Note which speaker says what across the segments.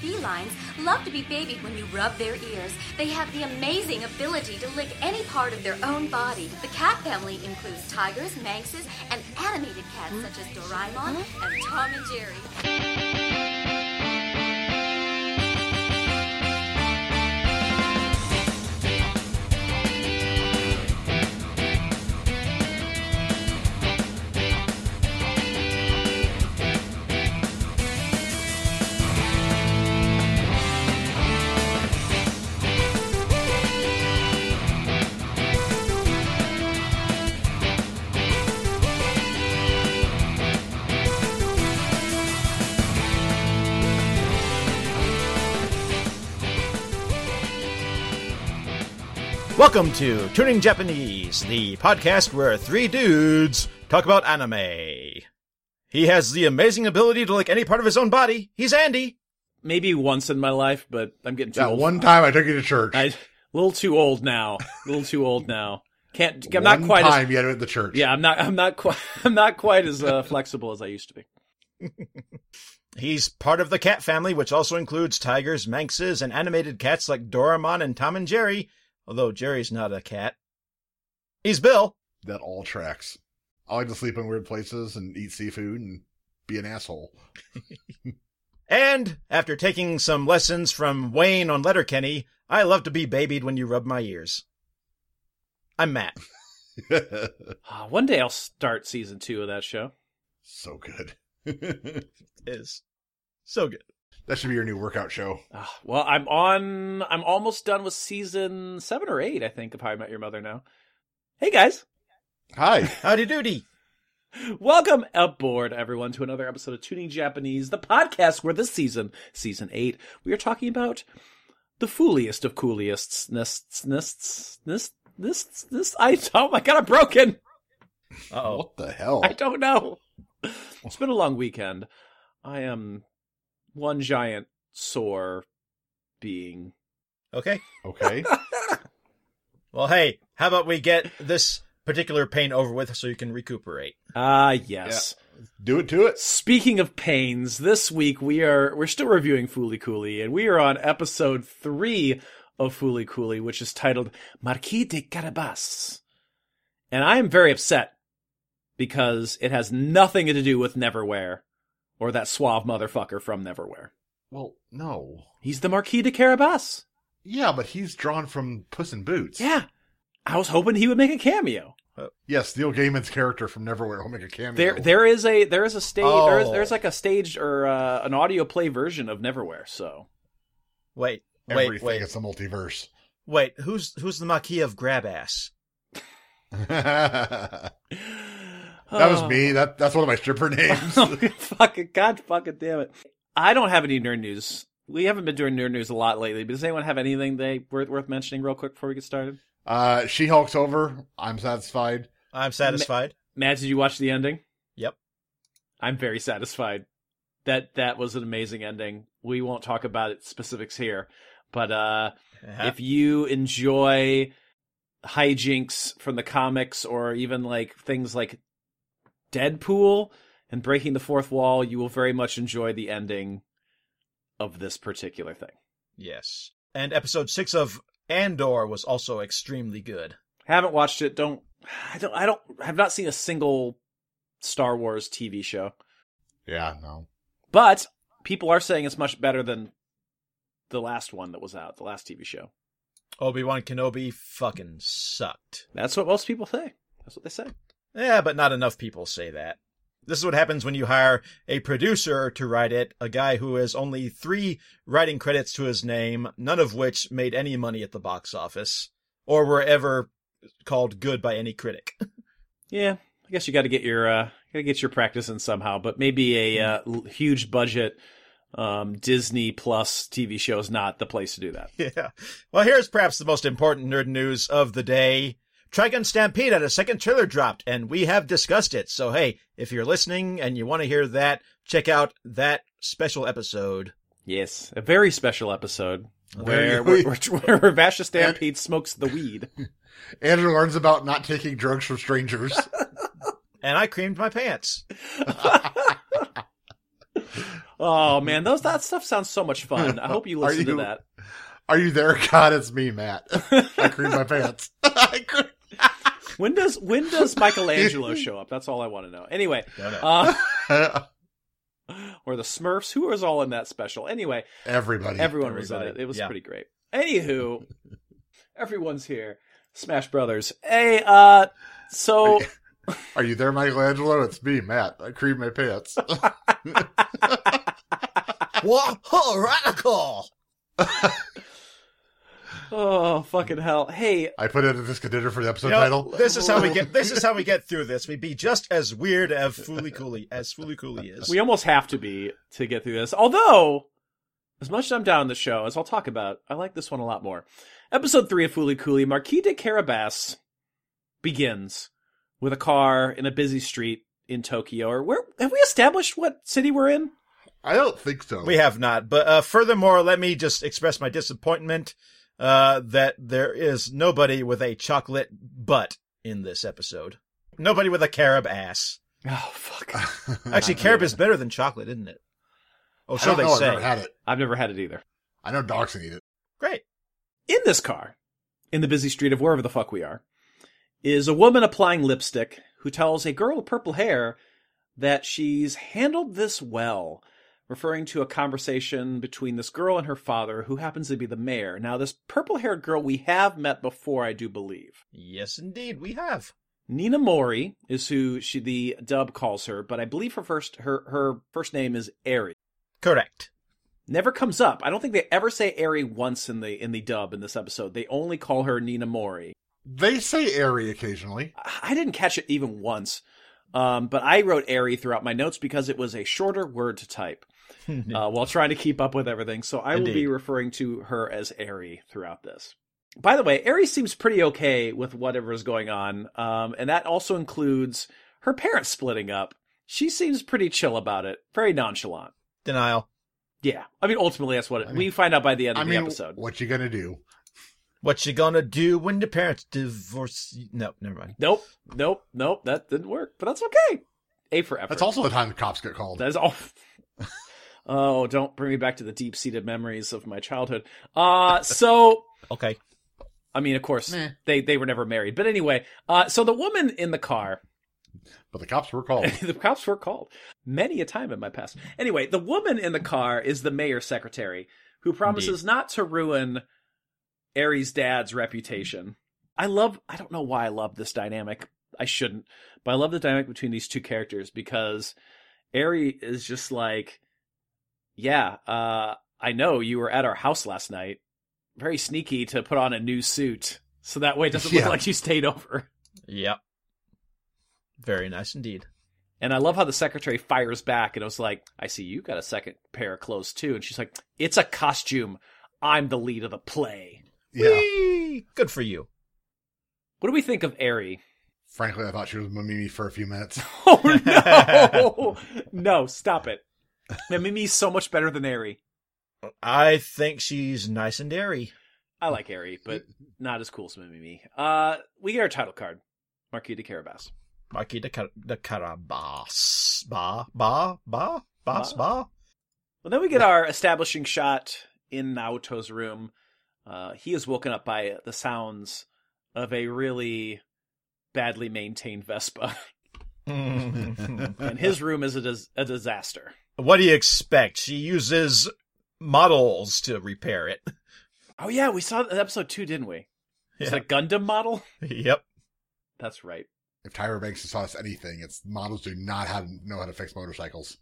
Speaker 1: felines love to be babied when you rub their ears. They have the amazing ability to lick any part of their own body. The cat family includes tigers, manxes, and animated cats such as Doraemon and Tom and Jerry.
Speaker 2: Welcome to Tuning Japanese, the podcast where three dudes talk about anime. He has the amazing ability to lick any part of his own body. He's Andy.
Speaker 3: maybe once in my life, but I'm getting too
Speaker 4: That
Speaker 3: old.
Speaker 4: one time I took you to church.
Speaker 3: I, a little too old now. A little too old now. Can't. I'm
Speaker 4: one
Speaker 3: not quite. As,
Speaker 4: time you had it at the church.
Speaker 3: yeah, I'm not. I'm not quite. I'm not quite as uh, flexible as I used to be.
Speaker 2: He's part of the cat family, which also includes tigers, manxes, and animated cats like Doraemon and Tom and Jerry, although Jerry's not a cat. He's Bill.
Speaker 4: That all tracks. I like to sleep in weird places and eat seafood and be an asshole.
Speaker 2: And after taking some lessons from Wayne on Letterkenny, I love to be babied when you rub my ears. I'm Matt.
Speaker 3: Ah, one day I'll start season two of that show.
Speaker 4: so good. that
Speaker 2: Is so good.
Speaker 4: should be your new workout show.
Speaker 3: Ah, well, I'm on. I'm almost done with season seven or eight, I think, of How I Met Your Mother now. Hey guys,
Speaker 4: Hi.
Speaker 2: Howdy doody.
Speaker 3: welcome aboard, everyone, to another episode of Tuning Japanese, the podcast where this season, season eight, we are talking about the fooliest of cooliests. Nests, nests, nests, nests, nests. I, oh my god, I'm broken!
Speaker 2: Uh-oh.
Speaker 4: What the hell?
Speaker 3: Oh. I don't know. It's been a long weekend. I am one giant sore being.
Speaker 2: Okay.
Speaker 4: Okay.
Speaker 2: Well, hey, how about we get this particular pain over with so you can recuperate?
Speaker 3: Ah, yes.
Speaker 4: Do it to it.
Speaker 3: Speaking of pains, this week we are we're still reviewing Foolie Cooley, and we are on episode three of Foolie Cooley, which is titled Marquis de Carabas. And I am very upset because it has nothing to do with Neverwhere or that suave motherfucker from Neverwhere.
Speaker 4: Well, no.
Speaker 3: He's the Marquis de Carabas.
Speaker 4: Yeah, but he's drawn from Puss in Boots.
Speaker 3: Yeah. I was hoping he would make a cameo.
Speaker 4: Yes, Neil Gaiman's character from Neverwhere will make a cameo.
Speaker 3: There there is a there is a stage
Speaker 2: Oh.
Speaker 3: there's there's like a staged or uh, an audio play version of Neverwhere, so
Speaker 2: Wait, wait,
Speaker 4: Everything
Speaker 2: wait,
Speaker 4: It's a multiverse.
Speaker 2: wait. Who's who's the Maquis of Grab Ass?
Speaker 4: that was me. That that's one of my stripper names.
Speaker 3: Oh, fucking god fucking damn it. I don't have any nerd news. We haven't been doing nerd news a lot lately, but does anyone have anything they worth worth mentioning real quick before we get started?
Speaker 4: uh, she Hulk's over. I'm satisfied.
Speaker 2: I'm satisfied.
Speaker 3: Matt, did you watch the ending?
Speaker 2: Yep.
Speaker 3: I'm very satisfied. That that was an amazing ending. We won't talk about it specifics here, but uh
Speaker 2: Uh-huh.
Speaker 3: if you enjoy hijinks from the comics or even like things like Deadpool and breaking the fourth wall, you will very much enjoy the ending of this particular thing.
Speaker 2: yes. And episode six of Andor was also extremely good.
Speaker 3: Haven't watched it. Don't I don't I don't have not seen a single Star Wars TV show,
Speaker 4: Yeah, no.
Speaker 3: but people are saying it's much better than the last one that was out, the last TV show.
Speaker 2: Obi Wan Kenobi fucking sucked.
Speaker 3: That's what most people say. That's what they say.
Speaker 2: Yeah, but not enough people say that. This is what happens when you hire a producer to write it, a guy who has only three writing credits to his name, none of which made any money at the box office, or were ever called good by any critic.
Speaker 3: Yeah, I guess you got to get your uh, got to get your practice in somehow. But maybe a uh,
Speaker 4: Mm-hmm.
Speaker 3: l- huge budget um, Disney Plus TV show is not the place to do that.
Speaker 2: yeah. Well, here's perhaps the most important nerd news of the day. Trigun Stampede had a second trailer dropped, and we have discussed it. So, hey, if you're listening and you want to hear that, check out that special episode.
Speaker 3: Yes, a very special episode where where,
Speaker 4: Very-
Speaker 3: where, where Vasha Stampede smokes the weed.
Speaker 4: Andrew learns about not taking drugs from strangers.
Speaker 2: And I creamed my pants.
Speaker 3: Oh man, those that stuff sounds so much fun. I hope you
Speaker 4: Are
Speaker 3: listen to
Speaker 4: you-
Speaker 3: that.
Speaker 4: Are you there? God, it's me, Matt. I cream my pants. I cream-
Speaker 3: When does when does Michelangelo show up? That's all I want to know. Anyway,
Speaker 2: No, no.
Speaker 3: uh, or the Smurfs, who was all in that special? Anyway,
Speaker 4: Everybody.
Speaker 3: everyone was in it.
Speaker 2: Everybody.
Speaker 3: It was
Speaker 2: Yeah.
Speaker 3: pretty great. Anywho, everyone's here. Smash Brothers. Hey, uh, so
Speaker 4: Are you there, Michelangelo? It's me, Matt. I cream my pants.
Speaker 2: Whoa, radical!
Speaker 3: oh fucking hell. Hey,
Speaker 4: I put it in this dinner for the episode
Speaker 2: You know,
Speaker 4: title.
Speaker 2: This is how we get. This is how we get through this. We be just as weird as Fooly Cooley as Fooly Cooley is.
Speaker 3: we almost have to be to get through this. Although, as much as I'm down the show, as I'll talk about, I like this one a lot more. Episode three of Foolie Cooley, Marquis de Carabas begins with a car in a busy street in Tokyo. Or where have we established what city we're in?
Speaker 4: I don't think so.
Speaker 2: We have not. But uh, furthermore, let me just express my disappointment uh, that there is nobody with a chocolate butt in this episode. Nobody with a carob ass.
Speaker 3: Oh fuck!
Speaker 2: Actually, carob is better than chocolate, isn't it? Oh,
Speaker 4: I
Speaker 2: so
Speaker 4: don't
Speaker 2: they
Speaker 4: know. I've never
Speaker 2: say.
Speaker 4: had it.
Speaker 3: I've never had it either.
Speaker 4: I know dogs can eat it.
Speaker 2: Great.
Speaker 3: in this car, in the busy street of wherever the fuck we are, is a woman applying lipstick who tells a girl with purple hair that she's handled this well, referring to a conversation between this girl and her father, who happens to be the mayor. Now, this purple haired girl we have met before, I do believe.
Speaker 2: Yes, indeed, we have.
Speaker 3: Nina Mori is who she the dub calls her, but I believe her first her her first name is Ari.
Speaker 2: Correct.
Speaker 3: never comes up. I don't think they ever say Ari once in the in the dub in this episode. They only call her Nina Mori.
Speaker 4: They say airy occasionally.
Speaker 3: I didn't catch it even once. Um, but I wrote airy throughout my notes because it was a shorter word to type uh, while trying to keep up with everything. So I will be
Speaker 2: Indeed.
Speaker 3: referring to her as airy throughout this. By the way, airy seems pretty okay with whatever is going on. Um, and that also includes her parents splitting up. She seems pretty chill about it, very nonchalant.
Speaker 2: Denial.
Speaker 3: Yeah. I mean, ultimately, that's what it,
Speaker 4: I mean-
Speaker 3: we find out by the end of
Speaker 4: I
Speaker 3: the
Speaker 4: mean,
Speaker 3: episode.
Speaker 4: what you gonna do?
Speaker 2: What you gonna do when the parents divorce? you? No, never mind.
Speaker 3: Nope, nope, nope. That didn't work, but that's okay. A for effort.
Speaker 4: That's also the time the cops get called.
Speaker 3: That is all. oh, don't bring me back to the deep seated memories of my childhood. Uh, so
Speaker 2: Okay.
Speaker 3: I mean, of course,
Speaker 4: Meh.
Speaker 3: they they were never married, but anyway. Uh, so the woman in the car
Speaker 4: But the cops were called.
Speaker 3: the cops were called many a time in my past. Anyway, the woman in the car is the mayor's secretary who promises not to ruin Aries' dad's reputation. I love, I don't know why I love this dynamic. I shouldn't, but I love the dynamic between these two characters because Ari is just like, yeah, uh, I know you were at our house last night. Very sneaky to put on a new suit. So that way it doesn't
Speaker 4: Yeah.
Speaker 3: look like you stayed over.
Speaker 2: Yep. Very nice indeed.
Speaker 3: And I love how the secretary fires back and it was like, I see you got a second pair of clothes too. And she's like, It's a costume. I'm the lead of the play.
Speaker 4: yeah.
Speaker 2: Whee! Good for you.
Speaker 3: What do we think of Aerie?
Speaker 4: Frankly, I thought she was Mimi for a few minutes.
Speaker 3: Oh no. no, stop it. Man, Mimi's so much better than Aerie.
Speaker 2: I think she's nice and airy.
Speaker 3: I like Aerie, but not as cool as Mimi. Uh we get our title card. Marquis de Carabas.
Speaker 2: Marquis de, Car- de Carabas. Ba, ba, ba, bas, ba.
Speaker 3: Well then we get our establishing shot in Naoto's room. Uh he is woken up by the sounds of a really badly maintained Vespa. and his room is a, dis- a disaster.
Speaker 2: what do you expect? She uses models to repair it.
Speaker 3: Oh yeah, we saw that in episode two, didn't we? Is
Speaker 2: Yeah.
Speaker 3: it a Gundam model?
Speaker 2: Yep.
Speaker 3: That's right.
Speaker 4: if Tyra Banks has taught us anything, it's models do not have, know how to fix motorcycles.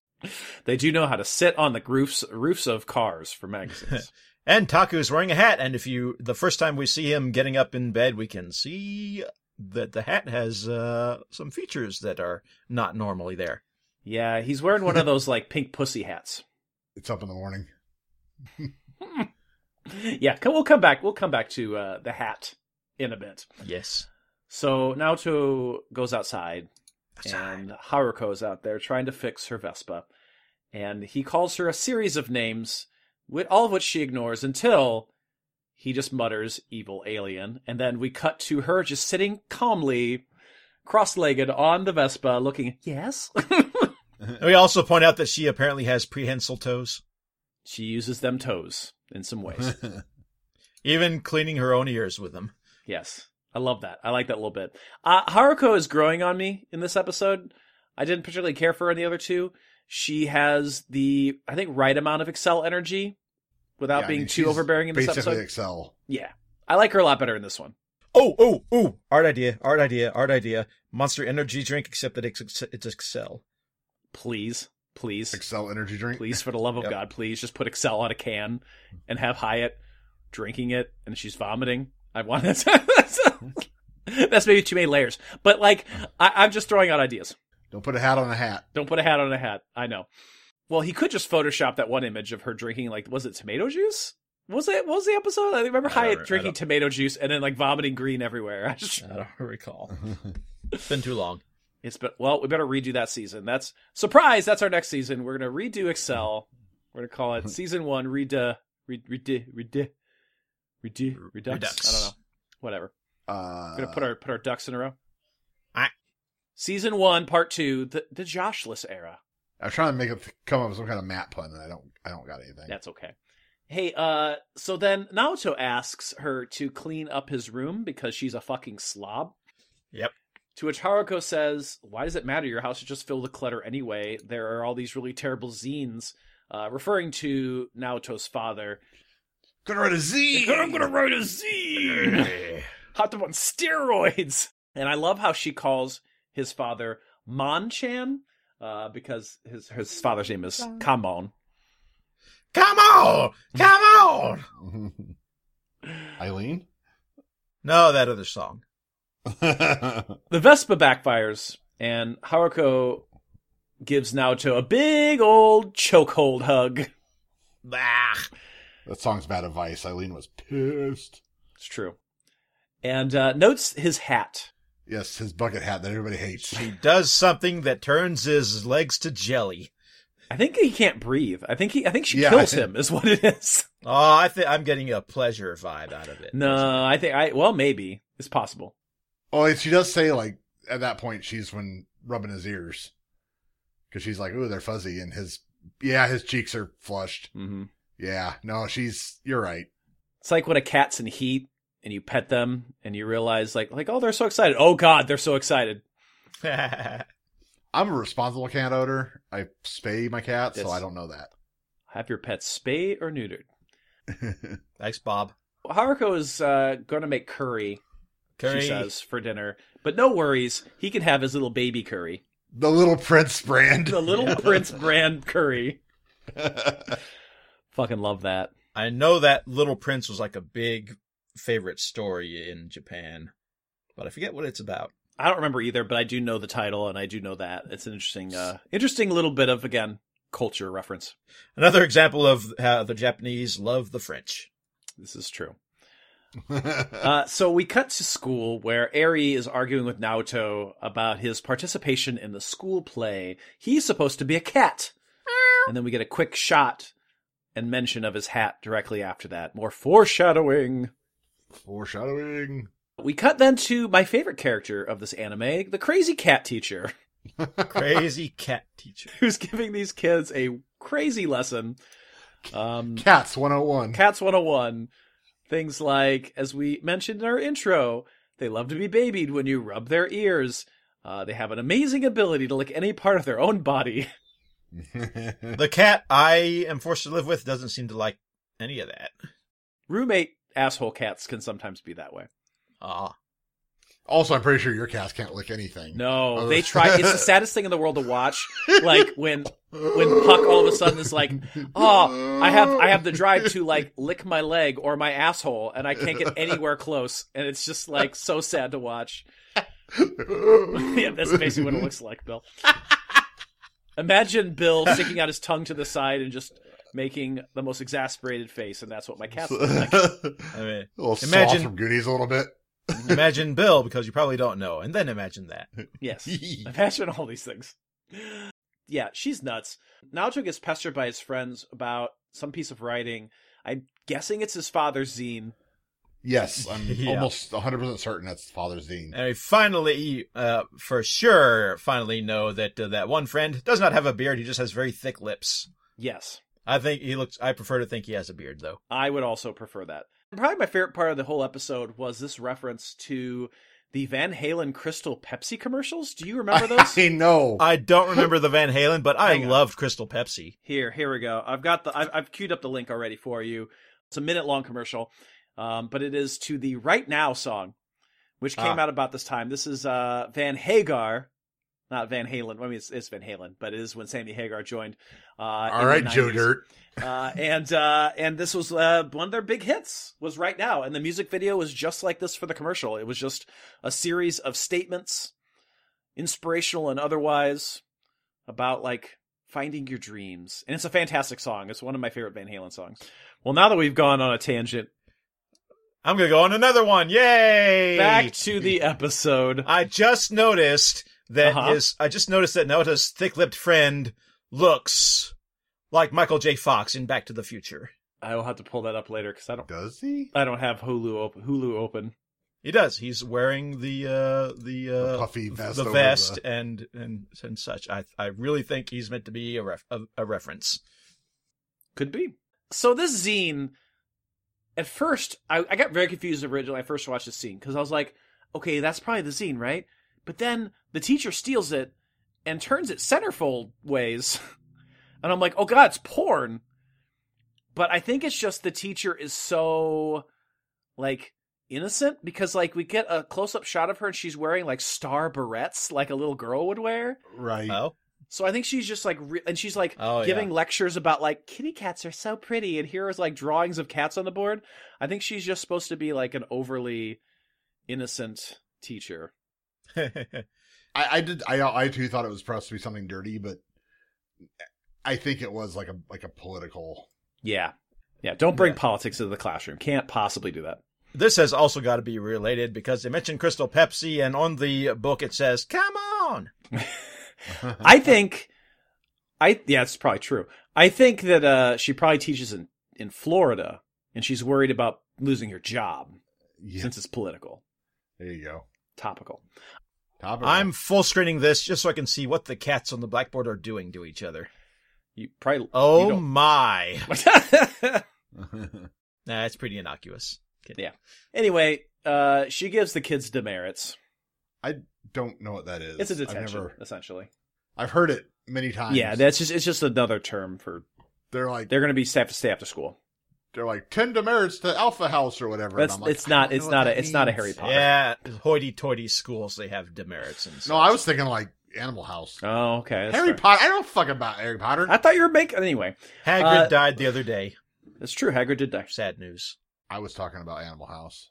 Speaker 3: They do know how to sit on the roofs roofs of cars for magazines.
Speaker 2: And Taku's wearing a hat, and if you, the first time we see him getting up in bed, we can see that the hat has uh, some features that are not normally there.
Speaker 3: yeah, he's wearing one of those like pink pussy hats.
Speaker 4: It's up in the morning.
Speaker 3: Yeah, co- we'll come back. We'll come back to uh, the hat in a bit.
Speaker 2: Yes.
Speaker 3: So Naoto goes outside,
Speaker 2: Outside.
Speaker 3: and Haruko is out there trying to fix her Vespa, and he calls her a series of names, with all of which she ignores until he just mutters "evil alien," and then we cut to her just sitting calmly, cross-legged on the Vespa, looking yes,
Speaker 2: And we also point out that she apparently has prehensile toes,
Speaker 3: She uses them toes in some ways.
Speaker 2: even cleaning her own ears with them.
Speaker 3: yes. I love that. I like that a little bit. Uh, Haruko is growing on me in this episode. I didn't particularly care for her in the other two. She has the, I think, right amount of Excel energy without
Speaker 4: Yeah, I
Speaker 3: being
Speaker 4: mean,
Speaker 3: too
Speaker 4: she's
Speaker 3: overbearing in this
Speaker 4: Basically,
Speaker 3: episode.
Speaker 4: Excel.
Speaker 3: Yeah. I like her a lot better in this one.
Speaker 2: Oh, oh, oh! Art idea, art idea, art idea. Monster energy drink, except that it's it's Excel.
Speaker 3: Please. Please.
Speaker 4: Excel energy drink.
Speaker 3: please for the love of
Speaker 2: Yep.
Speaker 3: god please just put excel on a can and have hyatt drinking it and she's vomiting i want that that's maybe too many layers but like I, i'm just throwing out ideas
Speaker 4: Don't put a hat on a hat.
Speaker 3: don't put a hat on a hat i know well he could just photoshop that one image of her drinking like was it tomato juice was it what was the episode i remember
Speaker 2: I don't
Speaker 3: hyatt
Speaker 2: re- I
Speaker 3: drinking
Speaker 2: don't-
Speaker 3: tomato juice and then like vomiting green everywhere i just
Speaker 2: I don't recall. it's been too long.
Speaker 3: It's but well, we better redo that season. That's surprise. That's our next season. We're gonna redo Excel. We're gonna call it season one. Redo, redo, redo, redo, redo redux. I don't know. Whatever.
Speaker 4: Uh,
Speaker 3: We're gonna put our put our ducks in a row.
Speaker 2: I-
Speaker 3: Season one, part two, the the Joshless era.
Speaker 4: I'm trying to make it come up with some kind of mat pun, and I don't. I don't got anything.
Speaker 3: That's okay. Hey, uh, so then Naoto asks her to clean up his room because she's a fucking slob.
Speaker 2: Yep.
Speaker 3: To which Haruko says, Why does it matter? Your house is just filled with clutter anyway. There are all these really terrible zines, uh, referring to Naoto's father.
Speaker 4: Gonna write a Z.
Speaker 3: write a zine! Hot up on steroids! And I love how she calls his father Monchan, uh, because his, his father's name is Kamon.
Speaker 2: Come on, come on.
Speaker 4: Eileen.
Speaker 2: No, that other song.
Speaker 3: The Vespa backfires, and Haruko gives Naoto a big old chokehold hug.
Speaker 2: Bah.
Speaker 4: that song's bad advice. Eileen was pissed.
Speaker 3: It's true. And uh, notes his hat.
Speaker 4: Yes, his bucket hat that everybody hates.
Speaker 2: She does something that turns his legs to jelly.
Speaker 3: I think he can't breathe. I think he. I think she
Speaker 4: Yeah.
Speaker 3: kills him. Is what it is.
Speaker 2: Oh, I think I'm getting a pleasure vibe out of it.
Speaker 3: No, I think I. Well, maybe it's possible.
Speaker 4: Oh, and she does say like at that point she's when rubbing his ears because she's like, "Ooh, they're fuzzy," and his yeah, his cheeks are flushed.
Speaker 3: hmm
Speaker 4: Yeah, no, she's you're right.
Speaker 3: It's like when a cat's in heat and you pet them and you realize like like oh they're so excited. Oh God, they're so excited.
Speaker 4: I'm a responsible cat owner. I spay my cat,
Speaker 3: Yes.
Speaker 4: so I don't know that.
Speaker 3: Have your pet spayed or neutered.
Speaker 2: Thanks, Bob.
Speaker 3: Haruko is uh, going to make curry.
Speaker 2: Curry.
Speaker 3: She says for dinner, but no worries. He can have his little baby curry,
Speaker 4: The Little Prince brand.
Speaker 3: the little Prince brand curry. Fucking love that.
Speaker 2: I know that Little Prince was like a big favorite story in Japan, but I forget what it's about.
Speaker 3: I don't remember either, but I do know the title and I do know that. It's an interesting uh interesting little bit of again culture reference.
Speaker 2: Another example of how the Japanese love the French.
Speaker 3: This is true. Uh so we cut to school where Eri is arguing with Naoto about his participation in the school play. He's supposed to be a cat. And then we get a quick shot and mention of his hat directly after that. More foreshadowing.
Speaker 4: Foreshadowing.
Speaker 3: We cut then to my favorite character of this anime, the crazy cat teacher.
Speaker 2: Crazy cat teacher.
Speaker 3: who's giving these kids a crazy lesson. Um,
Speaker 4: Cats 101.
Speaker 3: Cats 101. Things like, as we mentioned in our intro, they love to be babied when you rub their ears. Uh, they have an amazing ability to lick any part of their own body.
Speaker 2: The cat I am forced to live with doesn't seem to like any of that.
Speaker 3: Roommate asshole cats can sometimes be that way.
Speaker 2: Ah,
Speaker 4: also, I'm pretty sure your cats can't lick anything.
Speaker 3: No,
Speaker 4: Oh.
Speaker 3: they try. It's the saddest thing in the world to watch. Like when when Puck all of a sudden is like, "Oh, I have I have the drive to like lick my leg or my asshole, and I can't get anywhere close." And it's just like so sad to watch. yeah, that's basically what it looks like, Bill. Imagine Bill sticking out his tongue to the side and just making the most exasperated face, and that's what my cat's look like.
Speaker 2: I
Speaker 4: a
Speaker 2: mean,
Speaker 4: little Imagine.
Speaker 2: Imagine-
Speaker 4: from Goonies a little bit.
Speaker 2: imagine Bill because you probably don't know, and then imagine that.
Speaker 3: Yes. Imagine all these things. Yeah, she's nuts. Naoto gets pestered by his friends about some piece of writing. I'm guessing it's his father's zine.
Speaker 4: Yes, I'm
Speaker 2: Yeah.
Speaker 4: almost 100% certain that's Father Zine.
Speaker 3: Eh.
Speaker 2: And we finally, uh, for sure, finally know that uh, that one friend does not have a beard. He just has very thick lips.
Speaker 3: Yes.
Speaker 2: I think he looks. I prefer to think he has a beard, though.
Speaker 3: I would also prefer that. Probably my favorite part of the whole episode was this reference to the Van Halen Crystal Pepsi commercials. Do you remember those?
Speaker 4: I know.
Speaker 2: I don't remember the Van Halen, but I
Speaker 3: Hang on.
Speaker 2: loved Crystal Pepsi.
Speaker 3: Here, here we go. I've got the I've, I've queued up the link already for you. It's a minute long commercial, um, but it is to the Right Now song, which came
Speaker 2: Ah.
Speaker 3: out about this time. This is uh, Van Hagar, not Van Halen. I mean, it's, it's Van Halen, but it is when Sammy Hagar joined. Uh,
Speaker 4: All right, Joe
Speaker 3: Dirt.
Speaker 4: Dirt.
Speaker 3: Uh, and uh, and this was uh, one of their big hits was Right Now, and the music video was just like this for the commercial. It was just a series of statements, inspirational and otherwise, about like finding your dreams. And it's a fantastic song. It's one of my favorite Van Halen songs. Well, now that we've gone on a tangent,
Speaker 2: I'm gonna go on another one. Yay!
Speaker 3: back to the episode.
Speaker 2: I just noticed that
Speaker 3: Uh-huh.
Speaker 2: his. I just noticed that Nota's thick-lipped friend looks like Michael J. Fox in Back to the Future.
Speaker 3: I will have to pull that up later because I don't
Speaker 4: Does he?
Speaker 3: I don't have Hulu op- Hulu open.
Speaker 2: He does. He's wearing the uh, the, uh,
Speaker 4: The puffy vest
Speaker 2: the
Speaker 4: over
Speaker 2: vest,
Speaker 4: the-
Speaker 2: and and and such. I I really think he's meant to be a ref, a, a reference.
Speaker 3: Could be. So this zine, at first, I, I got very confused originally. when I first watched this scene because I was like, okay, that's probably the zine, right? But then the teacher steals it and turns it centerfold ways, and I'm like, oh god, it's porn. But I think it's just the teacher is so, like, innocent because like we get a close up shot of her and she's wearing like star barrettes like a little girl would wear.
Speaker 4: Right.
Speaker 2: Oh,
Speaker 3: So I think she's just like, re- and she's like
Speaker 2: Oh, yeah.
Speaker 3: giving lectures about like kitty cats are so pretty, and here is like drawings of cats on the board. I think she's just supposed to be like an overly innocent teacher.
Speaker 4: I, I did. I I too thought it was supposed to be something dirty, but I think it was like a like a political.
Speaker 3: Yeah, yeah. Don't bring politics into the classroom. Can't possibly do that.
Speaker 2: this has also got to be related because they mentioned Crystal Pepsi, and on the book it says, "Come on."
Speaker 3: I think, I yeah, it's probably true. I think that uh, she probably teaches in in Florida, and she's worried about losing her job
Speaker 4: Yeah,
Speaker 3: since it's political,
Speaker 4: there you go.
Speaker 3: topical.
Speaker 4: Top of
Speaker 2: I'm
Speaker 4: it.
Speaker 2: full screening this just so I can see what the cats on the blackboard are doing to each other.
Speaker 3: You probably
Speaker 2: Oh
Speaker 3: you
Speaker 2: my!
Speaker 3: don't-
Speaker 2: Nah, it's pretty innocuous. Okay.
Speaker 3: Yeah. Anyway, uh, she gives the kids demerits.
Speaker 4: Don't know what that is.
Speaker 3: It's a
Speaker 4: I've,
Speaker 3: detention,
Speaker 4: never-
Speaker 3: essentially.
Speaker 4: I've heard it many times.
Speaker 3: Yeah, that's just it's just another term for
Speaker 4: they're like
Speaker 3: they're going to be staff to stay after school.
Speaker 4: they're like ten demerits to Alpha House or whatever.
Speaker 3: That's
Speaker 4: and I'm like,
Speaker 3: it's not
Speaker 4: I don't
Speaker 3: it's
Speaker 4: know what
Speaker 3: not a
Speaker 4: that
Speaker 3: it's not a
Speaker 4: means.
Speaker 3: Harry Potter.
Speaker 2: Yeah, hoity-toity schools they have demerits and
Speaker 4: No,
Speaker 2: stuff.
Speaker 4: I was thinking like Animal House.
Speaker 3: Oh, okay. that's
Speaker 4: Harry
Speaker 3: fair.
Speaker 4: Potter. I don't fuck about Harry Potter.
Speaker 3: I
Speaker 4: I,
Speaker 3: thought you were making anyway.
Speaker 2: Hagrid
Speaker 3: uh,
Speaker 2: died the other day.
Speaker 3: It's true. Hagrid did die.
Speaker 2: Sad news.
Speaker 4: was talking about Animal House.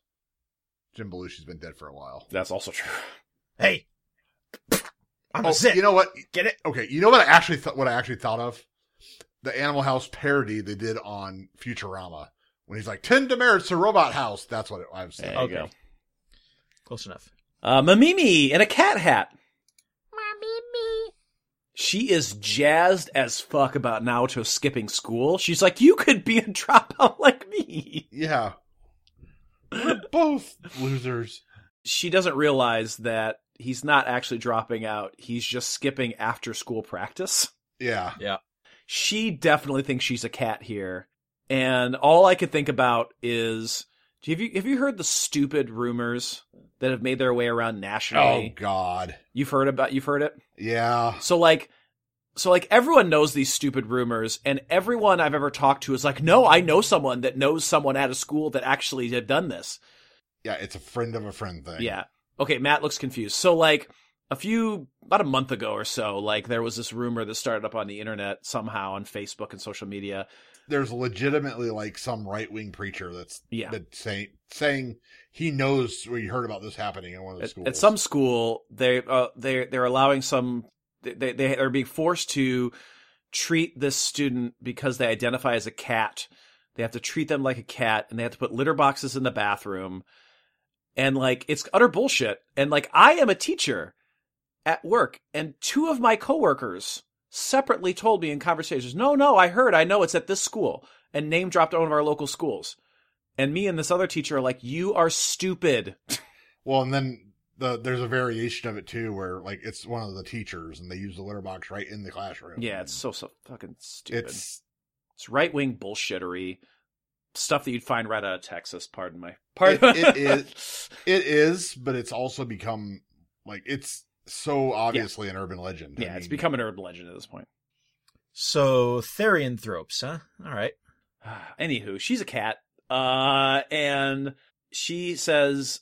Speaker 4: Jim Belushi's been dead for a while.
Speaker 3: That's also true.
Speaker 2: Hey, I'm
Speaker 4: Oh,
Speaker 2: a zit.
Speaker 4: you know what?
Speaker 2: Get it?
Speaker 4: Okay, you know what I actually thought. What I actually thought of the Animal House parody they did on Futurama when he's like ten demerits to Robot House. That's what it, I was
Speaker 3: There
Speaker 4: saying.
Speaker 3: you
Speaker 2: Okay.
Speaker 3: go.
Speaker 2: Close enough.
Speaker 3: Uh, Mamimi in a cat hat. Mamimi. She is jazzed as fuck about Naoto skipping school. She's like, you could be a dropout like me.
Speaker 4: Yeah, We're both losers.
Speaker 3: she doesn't realize that he's not actually dropping out. He's just skipping after school practice.
Speaker 4: Yeah,
Speaker 3: She definitely thinks she's a cat here. And all I could think about is have you have you heard the stupid rumors that have made their way around
Speaker 4: Oh
Speaker 3: nationally?
Speaker 4: God.
Speaker 3: You've heard about you've heard it?
Speaker 4: Yeah.
Speaker 3: So like so like everyone knows these stupid rumors and everyone I've ever talked to is like, "No, I know someone that knows someone at a school that actually have done this."
Speaker 4: Yeah. It's a friend of a friend thing.
Speaker 3: Yeah. Okay, Matt looks confused. So like a few about a month ago or so, like there was this rumor that started up on the internet somehow on Facebook and social media.
Speaker 4: There's legitimately like some right wing preacher that's
Speaker 3: Yeah.
Speaker 4: that saying saying he knows where you heard about this happening in one of the
Speaker 3: At,
Speaker 4: schools.
Speaker 3: at some school, they uh, they they're allowing some they they they are being forced to treat this student because they identify as a cat. They have to treat them like a cat and they have to put litter boxes in the bathroom. And like it's utter bullshit. And like I am a teacher at work and two of my coworkers separately told me in conversations, "No, no, I heard, I know it's at this school." And name dropped one of our local schools. And me and this other teacher are like, you are stupid.
Speaker 4: Well, and then the there's a variation of it too, where like it's one of the teachers, and they use the litter box right in the classroom.
Speaker 3: Yeah, it's so, so fucking stupid. It's,
Speaker 4: it's
Speaker 3: right wing bullshittery stuff that you'd find right out of Texas. Pardon my.
Speaker 4: It-
Speaker 3: Pardon.
Speaker 4: it is- it is, but it's also become like it's so obviously an urban legend. I
Speaker 3: yeah, it's
Speaker 4: mean,
Speaker 3: become an urban legend at this point.
Speaker 2: So therianthropes, huh? All right.
Speaker 3: Anywho, she's a cat. Uh, and she says,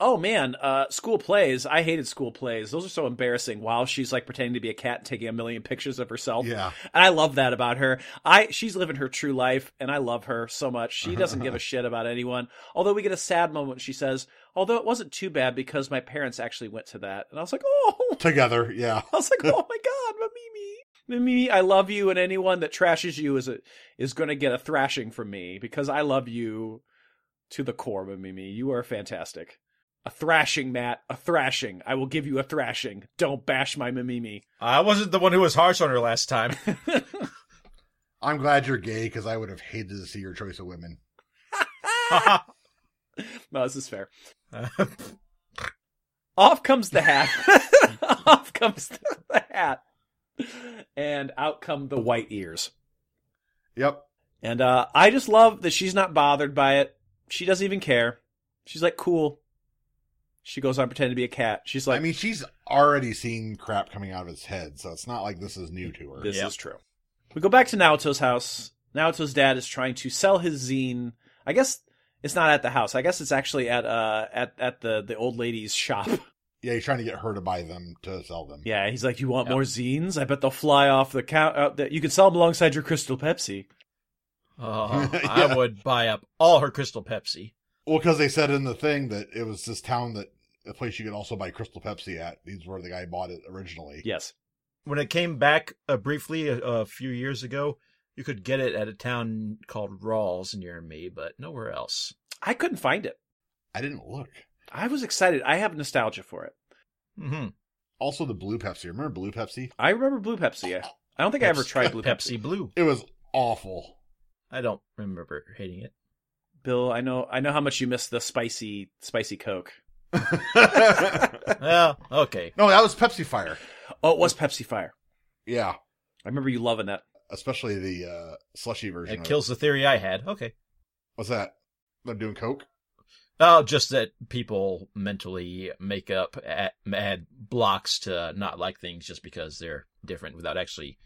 Speaker 3: Oh man, uh, school plays. I hated school plays. Those are so embarrassing. While she's like pretending to be a cat and taking a million pictures of herself.
Speaker 4: yeah.
Speaker 3: And I love that about her. I, she's living her true life and I love her so much. She doesn't give a shit about anyone. Although we get a sad moment. when She says, although it wasn't too bad because my parents actually went to that. And I was like, Oh,
Speaker 4: Together, yeah.
Speaker 3: I was like, oh my god, my Mimi. My Mimi, I love you, and anyone that trashes you is a, is going to get a thrashing from me because I love you to the core, my Mimi. You are fantastic. A thrashing, Matt. A thrashing. I will give you a thrashing. Don't bash my Mimi.
Speaker 2: I wasn't the one who was harsh on her last time.
Speaker 4: I'm glad you're gay because I would have hated to see your choice of women.
Speaker 2: Oh,
Speaker 3: No, this is fair. Off comes the hat. Off comes the hat. And out come the white ears.
Speaker 4: Yep.
Speaker 3: And uh, I just love that she's not bothered by it. She doesn't even care. She's like, cool. She goes on pretending to be a cat. She's like,
Speaker 4: I mean, she's already seen crap coming out of his head, so it's not like this is new to her.
Speaker 3: this
Speaker 2: Yeah.
Speaker 3: is true. We go back to Naoto's house. Naoto's dad is trying to sell his zine. I guess it's not at the house. I guess it's actually at uh at at the the old lady's shop.
Speaker 4: Yeah, he's trying to get her to buy them to sell them.
Speaker 3: Yeah, he's like, you want
Speaker 2: Yeah.
Speaker 3: more zines? I bet they'll fly off the count. Uh, that you can sell them alongside your Crystal Pepsi.
Speaker 2: Oh,
Speaker 4: Yeah.
Speaker 2: I would buy up all her Crystal Pepsi.
Speaker 4: Well, because they said in the thing that it was this town that the place you could also buy Crystal Pepsi at. These where the guy bought it originally.
Speaker 3: Yes.
Speaker 2: When it came back uh, briefly a, a few years ago, you could get it at a town called Rawls near me, but nowhere else.
Speaker 3: I couldn't find it.
Speaker 4: I didn't look.
Speaker 3: I was excited. I have nostalgia for it.
Speaker 2: Mm-hmm.
Speaker 4: Also, the blue Pepsi. Remember blue Pepsi?
Speaker 3: I remember Blue Pepsi. Yeah. I don't think I ever tried Blue Pepsi.
Speaker 2: Pepsi Blue.
Speaker 4: It was awful.
Speaker 2: I don't remember hating it.
Speaker 3: Bill, I know I know how much you miss the spicy spicy Coke.
Speaker 4: no,
Speaker 2: Well, okay.
Speaker 4: that was Pepsi Fire.
Speaker 3: Oh, it was Pepsi Fire.
Speaker 4: Yeah,
Speaker 3: I remember you loving that.
Speaker 4: especially the uh, slushy version.
Speaker 2: It
Speaker 4: of
Speaker 2: kills the theory I had. Okay.
Speaker 4: What's that? They're doing Coke.
Speaker 2: Oh, just that people mentally make up ad, ad blocks to not like things just because they're different without actually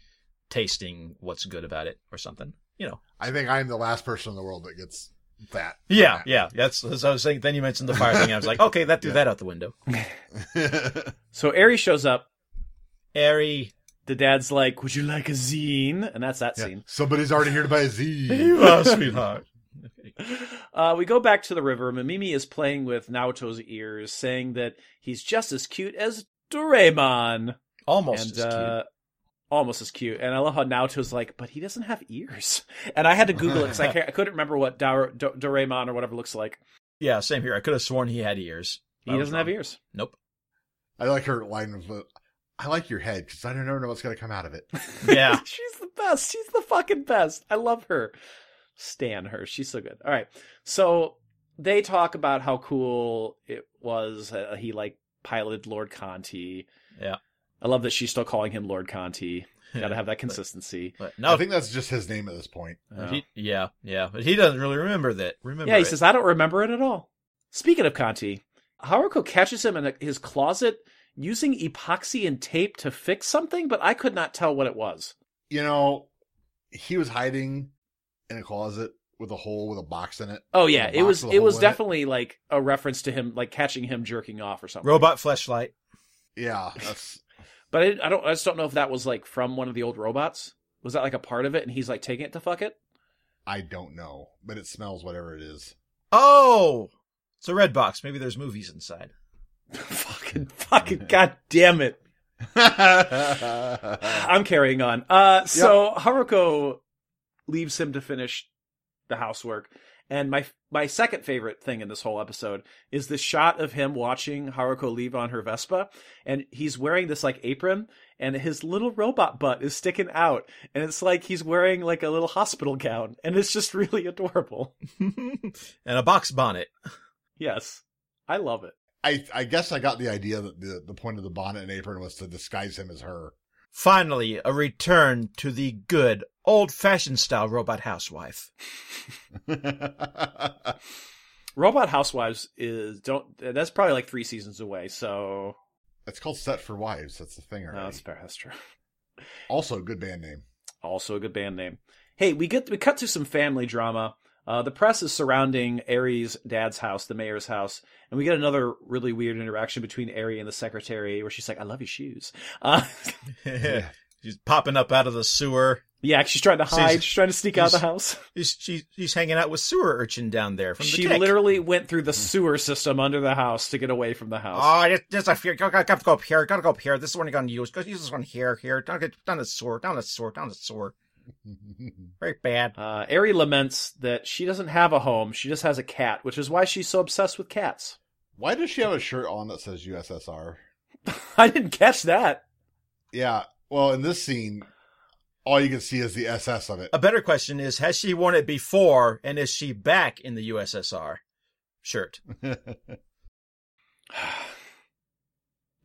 Speaker 2: tasting what's good about it or something. You know.
Speaker 4: I think I'm the last person in the world that gets that.
Speaker 2: Yeah, yeah. That's as I was saying. Then you mentioned the fire thing. I was like, okay, that threw
Speaker 4: Yeah.
Speaker 2: that out the window.
Speaker 3: So Aries shows up.
Speaker 2: Airy.
Speaker 3: The dad's like, "Would you like a zine?" And that's that
Speaker 4: Yeah.
Speaker 3: scene.
Speaker 4: Somebody's already here to buy a Z.
Speaker 2: are, sweetheart.
Speaker 3: Uh, we go back to the river. Mimimi is playing with Naoto's ears, saying that he's just as cute as Doraemon,
Speaker 2: Almost
Speaker 3: and
Speaker 2: as cute.
Speaker 3: uh, almost as cute. And I love how Naoto's like, "But he doesn't have ears." And I had to Google it because I, can't- I couldn't remember what Dora- Do- Doraemon or whatever looks like.
Speaker 2: yeah, same here. I could have sworn he had ears.
Speaker 3: He
Speaker 2: I was
Speaker 3: doesn't have
Speaker 2: wrong.
Speaker 3: ears.
Speaker 2: Nope.
Speaker 4: I like her line of, uh, "I like your head because I don't know what's going to come out of it."
Speaker 2: Yeah.
Speaker 3: she's the best. She's the fucking best. I love her. Stan her. She's so good. All right. So they talk about how cool it was. Uh, he like piloted Lord Conti.
Speaker 2: Yeah.
Speaker 3: I love that she's still calling him Lord Conti. Gotta have that consistency.
Speaker 2: But
Speaker 4: I
Speaker 2: no.
Speaker 4: think that's just his name at this point.
Speaker 2: but he- yeah, yeah. But he doesn't really remember that. Remember?
Speaker 3: yeah, he
Speaker 2: it.
Speaker 3: says, I don't remember it at all. Speaking of Conti, Haruko catches him in his closet using epoxy and tape to fix something, but I could not tell what it was.
Speaker 4: You know, he was hiding in a closet with a hole with a box in it.
Speaker 3: Oh yeah,
Speaker 4: The
Speaker 3: it
Speaker 4: box
Speaker 3: was
Speaker 4: with a
Speaker 3: it
Speaker 4: hole
Speaker 3: was
Speaker 4: in it.
Speaker 3: definitely like a reference to him like catching him jerking off or something.
Speaker 2: robot fleshlight.
Speaker 4: Yeah, that's
Speaker 3: But I, I don't I just don't know if that was like from one of the old robots. Was that like a part of it and he's like taking it to fuck it?
Speaker 4: I don't know, but it smells whatever it is.
Speaker 2: Oh, it's a red box. Maybe there's movies inside.
Speaker 3: fucking fucking god damn it. I'm carrying Uh, on. Uh so Haruko leaves him to finish the housework And my my second favorite thing in this whole episode is the shot of him watching Haruko leave on her Vespa, and he's wearing this like apron, and his little robot butt is sticking out, and it's like he's wearing like a little hospital gown, and it's just really adorable.
Speaker 2: and a box bonnet.
Speaker 3: Yes, I love it.
Speaker 4: I I guess I got the idea that the the point of the bonnet and apron was to disguise him as her.
Speaker 2: Finally, a return to the good old fashioned style robot housewife.
Speaker 4: That's
Speaker 3: Robot Housewives is don't that's probably like three seasons away, so
Speaker 4: called Set for Wives. That's the thing.
Speaker 3: no,
Speaker 4: Already.
Speaker 3: that's fair. That's true.
Speaker 4: also, good band name.
Speaker 3: also a good band name. Hey, we get we cut to some family drama. Uh, the press is surrounding Aries' dad's house, the mayor's house, and we get another really weird interaction between Aries and the secretary, where she's like, "I love your shoes." Uh,
Speaker 2: She's popping up out of the sewer.
Speaker 3: yeah, she's trying to hide.
Speaker 2: She's-
Speaker 3: She's, trying to sneak out of the
Speaker 2: she's-
Speaker 3: house.
Speaker 2: She's, she's, she's hanging out with sewer urchin down there from the
Speaker 3: She
Speaker 2: tick.
Speaker 3: literally went through the sewer system under the house to get away from the house.
Speaker 2: Oh, just, just a fear. Gotta, gotta go up here. Gotta go up here. This one you're gonna use. Go use this one here. Here. Down, the- down the sewer. Down the sewer. Down the sewer. Very bad.
Speaker 3: Uh, Aerie laments that she doesn't have a home; she just has a cat, which is why she's so obsessed with cats.
Speaker 4: Why does she have a shirt on that says USSR?
Speaker 3: I didn't catch that.
Speaker 4: Yeah. Well, in this scene, all you can see is the SS of it.
Speaker 2: A better question is: Has she worn it before, and is she back in the USSR shirt?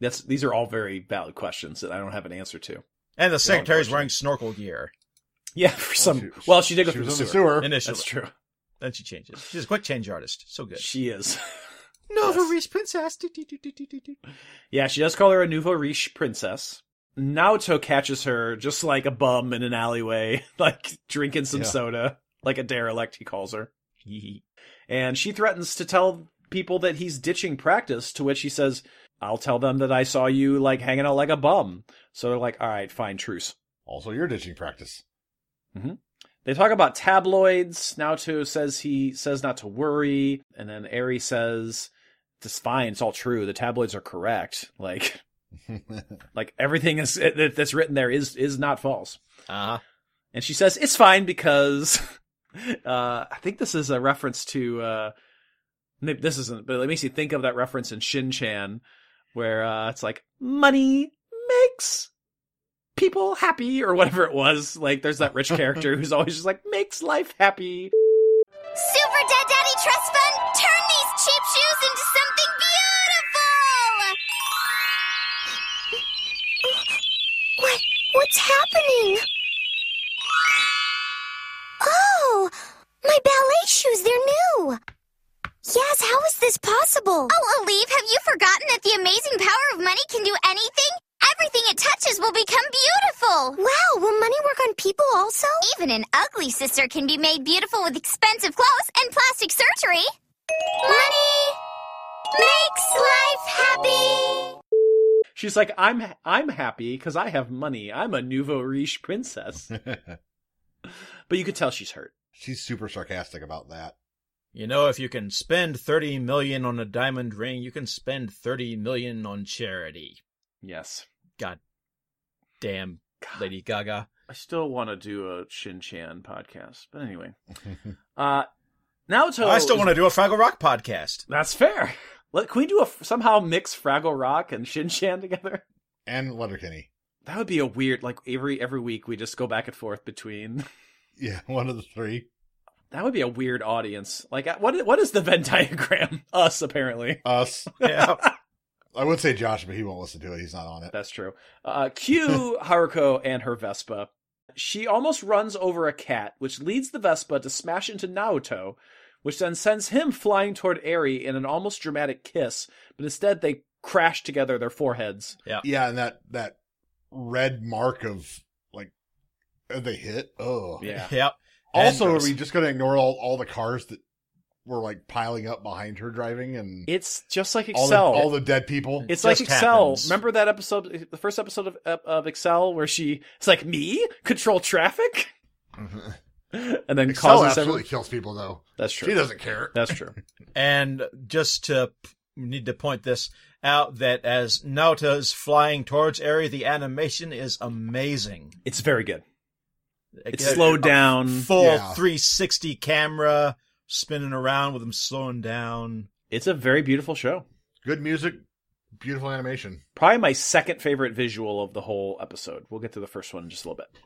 Speaker 3: That's these are all very valid questions that I don't have an answer to.
Speaker 2: And the secretary's
Speaker 4: unfortunately.
Speaker 2: wearing snorkel gear.
Speaker 3: Yeah, for some.
Speaker 4: she-
Speaker 3: well, she did go
Speaker 4: she
Speaker 3: through
Speaker 4: was
Speaker 3: the
Speaker 4: in
Speaker 3: sewer.
Speaker 4: the sewer.
Speaker 2: Initially,
Speaker 3: That's true.
Speaker 2: Then she changes. She's a quick change artist. So good.
Speaker 3: She is.
Speaker 2: Nova
Speaker 3: Yes.
Speaker 2: Reese princess. Do, do, do, do, do, do, do.
Speaker 3: Yeah, she does call her a nouveau riche princess. Naoto catches her just like a bum in an alleyway, like drinking some
Speaker 4: Yeah.
Speaker 3: soda, like a derelict. He calls her, and she threatens to tell people that he's ditching practice. To which he says, "I'll tell them that I saw you like hanging out like a bum." So they're like, "All right, fine, truce."
Speaker 4: Also, you're ditching practice.
Speaker 3: They talk about tabloids. Naoto says he says not to worry, and then Eri says it's fine. It's all true. The tabloids are correct. Like, like everything is that- that's written there is is not false.
Speaker 2: Uh-huh.
Speaker 3: And she says it's fine because uh, I think this is a reference to uh, maybe this isn't, but it makes you think of that reference in Shin Chan where uh, it's like money makes people happy or whatever it was. Like there's that rich character who's always just like makes life happy.
Speaker 5: Super Dad Daddy Trust Fund, turn these cheap shoes into something beautiful! What? What's happening? Oh, my ballet shoes, they're new. Yes, how is this possible? Oh, Aleve, have you forgotten that the amazing power of money can do anything? Everything it touches will become beautiful. Wow, will money work on people also? Even an ugly sister can be made beautiful with expensive clothes and plastic surgery. Money makes life happy.
Speaker 3: She's like, I'm I'm happy because I have money. I'm a nouveau riche princess. but you could tell she's hurt.
Speaker 4: She's super sarcastic about that.
Speaker 2: You know, if you can spend thirty million on a diamond ring, you can spend thirty million on charity.
Speaker 3: Yes.
Speaker 2: God damn, Lady Gaga.
Speaker 3: I still want to do a Shin Chan podcast, but anyway. uh Naoto.
Speaker 2: I still want to do a Fraggle Rock podcast.
Speaker 3: That's fair. Let, can we do a somehow mix Fraggle Rock and Shin Chan together?
Speaker 4: And Letterkenny.
Speaker 3: That would be a weird. Like every every week, we just go back and forth between.
Speaker 4: Yeah, one of the three.
Speaker 3: That would be a weird audience. Like, what what is the Venn diagram? Us apparently.
Speaker 4: Us.
Speaker 2: Yeah.
Speaker 4: I would say Josh, but he won't listen to it. He's not on it.
Speaker 3: That's true. Uh, cue Haruko and her Vespa. She almost runs over a cat, which leads the Vespa to smash into Naoto, which then sends him flying toward Eri in an almost dramatic kiss, but instead they crash together their foreheads.
Speaker 4: Yeah, and that that red mark of like uh, they hit. Oh,
Speaker 3: Yeah.
Speaker 2: yeah.
Speaker 4: Also, are
Speaker 2: And-
Speaker 4: we just going to ignore all, all the cars that were like piling up behind her driving and
Speaker 3: It's just like
Speaker 4: all, the,
Speaker 3: Excel.
Speaker 4: all the dead people?
Speaker 3: it's
Speaker 2: just
Speaker 3: like Excel.
Speaker 2: happens.
Speaker 3: Remember that episode, the first episode of, of- of Excel, where she it's like me control traffic, and then
Speaker 4: Excel
Speaker 3: causes
Speaker 4: absolutely
Speaker 3: everyone.
Speaker 4: kills people, though.
Speaker 3: That's
Speaker 4: She
Speaker 3: true.
Speaker 4: doesn't care.
Speaker 3: That's true.
Speaker 2: And just to p- need to point this out that as Naota's flying towards Eri, the animation is amazing.
Speaker 3: It's very good. It's
Speaker 2: Again,
Speaker 3: slowed
Speaker 2: a
Speaker 3: down.
Speaker 2: Full
Speaker 4: Yeah.
Speaker 2: 360 camera spinning around with him slowing down.
Speaker 3: It's a very beautiful show.
Speaker 4: Good music, beautiful animation.
Speaker 3: Probably my second favorite visual of the whole episode. We'll get to the first one in just a little bit.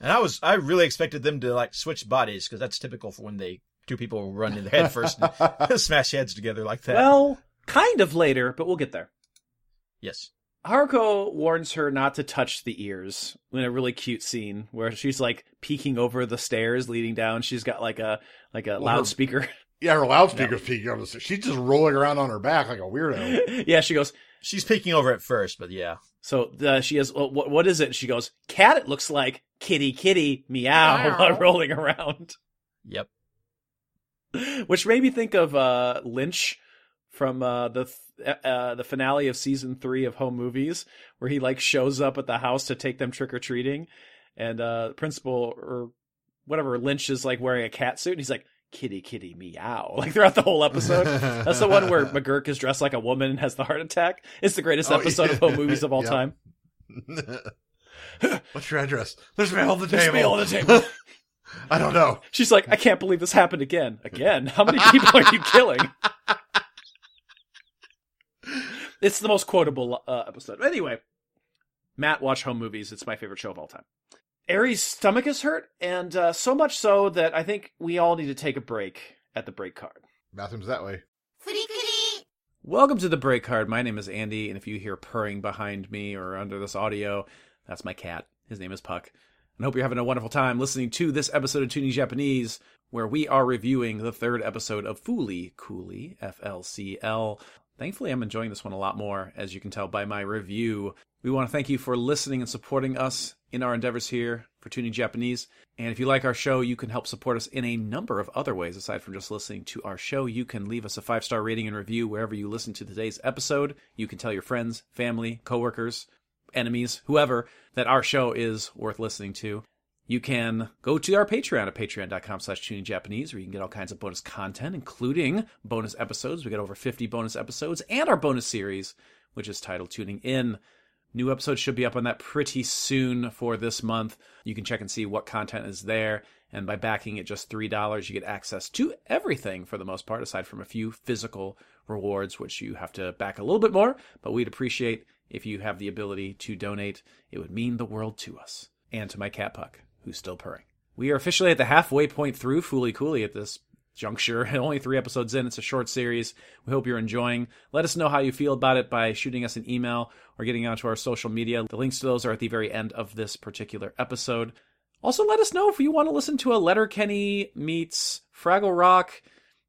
Speaker 2: And I was I really expected them to like switch bodies because that's typical for when they two people run in their head first and smash heads together like that.
Speaker 3: Well, kind of later, but we'll get there.
Speaker 2: yes.
Speaker 3: Haruko warns her not to touch the ears in a really cute scene where she's like peeking over the stairs leading down. She's got like a like a
Speaker 4: her-
Speaker 3: loudspeaker.
Speaker 4: Yeah, her loudspeaker's peeking up. She's just rolling around on her back like a weirdo.
Speaker 3: yeah, she goes.
Speaker 2: She's peeking over at first, but yeah.
Speaker 3: So the, she has "Well, what? What is it? She goes, cat. It looks like kitty, kitty, meow,
Speaker 1: Meow.
Speaker 3: rolling around,
Speaker 2: Yep.
Speaker 3: which made me think of uh, Lynch from uh, the th- uh, uh, the finale of season three of Home Movies, where he like shows up at the house to take them trick or treating, and uh, principal or whatever Lynch is like wearing a cat suit, and he's like kitty, kitty, meow, like throughout the whole episode. That's the one where McGurk is dressed like a woman and has the heart attack. It's the greatest
Speaker 4: Oh,
Speaker 3: episode of
Speaker 4: yeah.
Speaker 3: Home Movies of all
Speaker 4: Yeah.
Speaker 3: time.
Speaker 4: What's your address? There's mail on the
Speaker 3: There's
Speaker 4: table.
Speaker 3: mail on the table.
Speaker 4: I don't know.
Speaker 3: She's like, I can't believe this happened again. Again? How many people are you killing? It's the most quotable uh, episode. Anyway, Matt, watch home movies. It's my favorite show of all time. Aries' stomach is hurt, and uh, so much so that I think we all need to take a break at the break card.
Speaker 4: Bathroom's that way.
Speaker 3: Welcome to the break card. My name is Andy, and if you hear purring behind me or under this audio, that's my cat. His name is Puck. And I hope you're having a wonderful time listening to this episode of Tuning Japanese, where we are reviewing the third episode of Foolie Cooley, F L C L. Thankfully, I'm enjoying this one a lot more, as you can tell by my review. We want to thank you for listening and supporting us in our endeavors here for Tuning Japanese. And if you like our show, you can help support us in a number of other ways aside from just listening to our show. You can leave us a five star rating and review wherever you listen to today's episode. You can tell your friends, family, coworkers, enemies, whoever, that our show is worth listening to. You can go to our Patreon at patreon.com slash tuning Japanese, where you can get all kinds of bonus content, including bonus episodes. We got over 50 bonus episodes and our bonus series, which is titled Tuning In. New episodes should be up on that pretty soon for this month. You can check and see what content is there. And by backing at just $3, you get access to everything for the most part, aside from a few physical rewards, which you have to back a little bit more. But we'd appreciate if you have the ability to donate. It would mean the world to us and to my cat Puck, who's still purring. We are officially at the halfway point through Fooly Cooley at this juncture. Only three episodes in. It's a short series. We hope you're enjoying. Let us know how you feel about it by shooting us an email or getting onto our social media. The links to those are at the very end of this particular episode. Also, let us know if you want to listen to a Letterkenny meets Fraggle Rock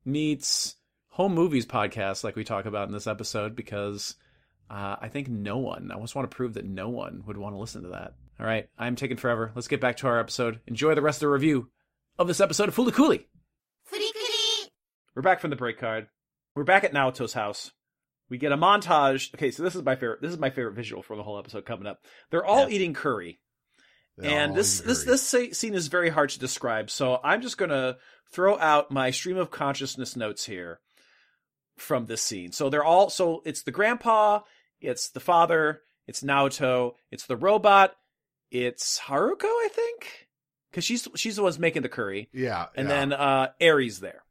Speaker 3: meets home movies podcast like we talk about in this episode because uh, I think no one, I just want to prove that no one would want to listen to that. All right, I'm taking forever. Let's get back to our episode. Enjoy the rest of the review of this episode of Fooly Cooley. We're back from the break card. We're back at Naoto's house. We get a montage. Okay, so this is my favorite. This is my favorite visual for the whole episode coming up. They're all eating curry
Speaker 4: They
Speaker 3: and
Speaker 4: all
Speaker 3: this
Speaker 4: eat
Speaker 3: this
Speaker 4: curry.
Speaker 3: this sa- scene is very hard to describe so i'm just going to throw out my stream of consciousness notes here from this scene so they're all so it's the grandpa it's the father it's naoto it's the robot it's haruko i think because she's she's the one's making the curry
Speaker 4: Yeah.
Speaker 3: and
Speaker 4: yeah.
Speaker 3: then uh aries there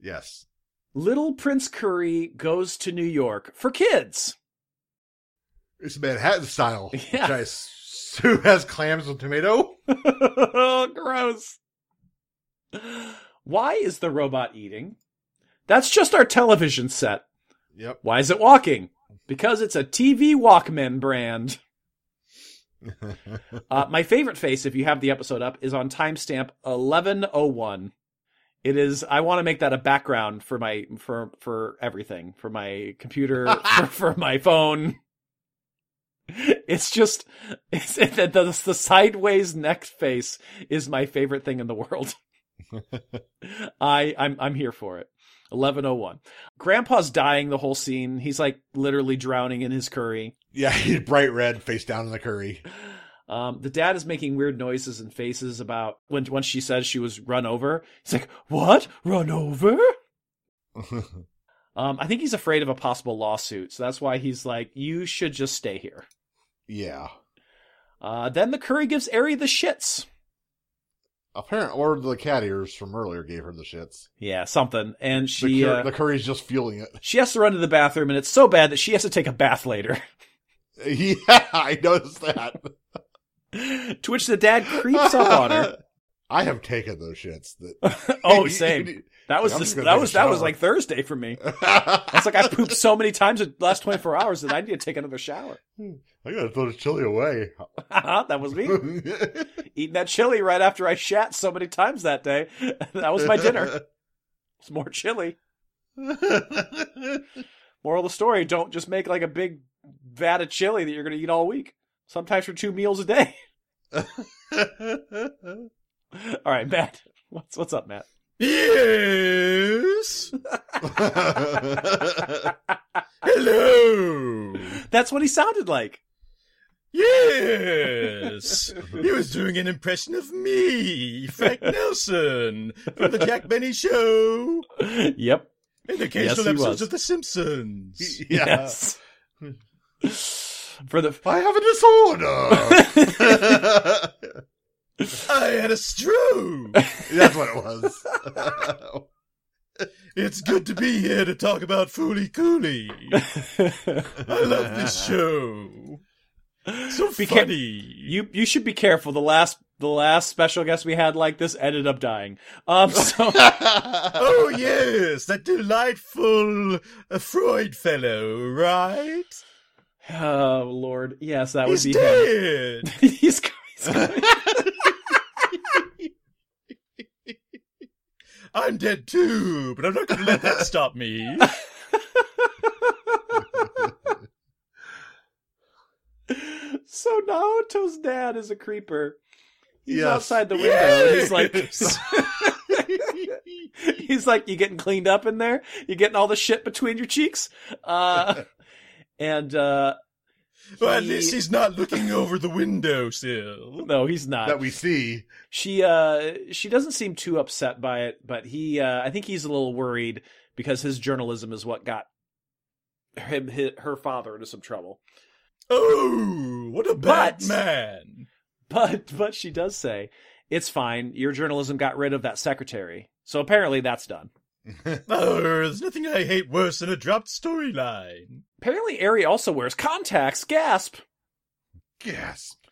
Speaker 4: yes,
Speaker 3: little prince curry goes to new york for kids
Speaker 4: it's Manhattan style,
Speaker 3: Yeah.
Speaker 4: which I assume has clams and tomato.
Speaker 3: Gross. Why is the robot eating? That's just our television set.
Speaker 4: Yep.
Speaker 3: Why is it walking? Because it's a TV Walkman brand. Uh, my favorite face, if you have the episode up, is on timestamp 1101. It is. I want to make that a background for my for for everything for my computer for, for my phone. It's just it's, the, the the sideways neck face is my favorite thing in the world. I I'm I'm here for it. 1101. Grandpa's dying the whole scene. He's like literally drowning in his curry.
Speaker 4: yeah, he's bright red, face down in the curry.
Speaker 3: Um, the dad is making weird noises and faces about when once she says she was run over. He's like, "What? Run over?" Um, I think he's afraid of a possible lawsuit, so that's why he's like, "You should just stay here."
Speaker 4: yeah.
Speaker 3: Uh, then the curry gives Ari the shits.
Speaker 4: Apparent or the cat ears from earlier gave her the shits.
Speaker 3: Yeah, something. And
Speaker 4: The,
Speaker 3: she
Speaker 4: cur-
Speaker 3: uh,
Speaker 4: the curry's just fueling it.
Speaker 3: she has to run to the bathroom, and it's so bad that she has to take a bath later.
Speaker 4: yeah, I noticed that.
Speaker 3: to which the dad creeps up on her.
Speaker 4: I have taken those shits. That
Speaker 3: Oh, same. That was
Speaker 4: I'm
Speaker 3: this,
Speaker 4: just gonna
Speaker 3: that
Speaker 4: take a
Speaker 3: was that was
Speaker 4: shower.
Speaker 3: like Thursday for me.
Speaker 4: I
Speaker 3: It's like I pooped so many times in the last 24 hours that I need to take another shower.
Speaker 4: gotta throw the chili away.
Speaker 3: that was me eating that chili right after I shat so many times that day. that was my dinner. It's more chili. Moral of the story: Don't just make like a big vat of chili that you're going to eat all week. Sometimes for two meals a day. All right, Matt. What's what's up, Matt?
Speaker 2: Yes. Hello.
Speaker 3: That's what he sounded like.
Speaker 2: Yes. He was doing an impression of me, Frank Nelson, from the Jack Benny Show
Speaker 3: Yep.
Speaker 2: and
Speaker 3: Yes,
Speaker 2: occasional
Speaker 3: he
Speaker 2: episodes
Speaker 3: was.
Speaker 2: of The Simpsons.
Speaker 4: Yeah.
Speaker 3: Yes. For the
Speaker 4: I have a disorder.
Speaker 2: I had a stroke.
Speaker 4: That's what it was.
Speaker 2: It's good to be here to talk about Foolie Cooley. I love this show. So
Speaker 3: Be care-
Speaker 2: funny.
Speaker 3: you you should be careful. The last the last special guest we had like this ended up dying. Um. So
Speaker 2: Oh yes, that delightful uh, Freud fellow, right?
Speaker 3: oh Lord, yes, that would
Speaker 2: He's
Speaker 3: be him.
Speaker 2: dead.
Speaker 3: he's, he's
Speaker 2: I'm dead too, but I'm not going to let that stop me.
Speaker 3: so Naoto's dad is a creeper. He's
Speaker 4: Yes.
Speaker 3: outside the window. And he's like, he's like, you getting cleaned up in there? You getting all the shit between your cheeks? Uh, and uh,
Speaker 2: Well, at
Speaker 3: He-
Speaker 2: least he's not looking over the window sill.
Speaker 3: no, he's not.
Speaker 4: that we see.
Speaker 3: she uh, she doesn't seem too upset by it, but he, uh, I think he's a little worried because his journalism is what got him, hi her father into some trouble.
Speaker 2: Oh, what a bad
Speaker 3: But-
Speaker 2: man!
Speaker 3: But but she does say it's fine. Your journalism got rid of that secretary, so apparently that's done.
Speaker 2: Oh, there's nothing I hate worse than a dropped storyline.
Speaker 3: Apparently, Ari also wears contacts. Gasp!
Speaker 4: Gasp.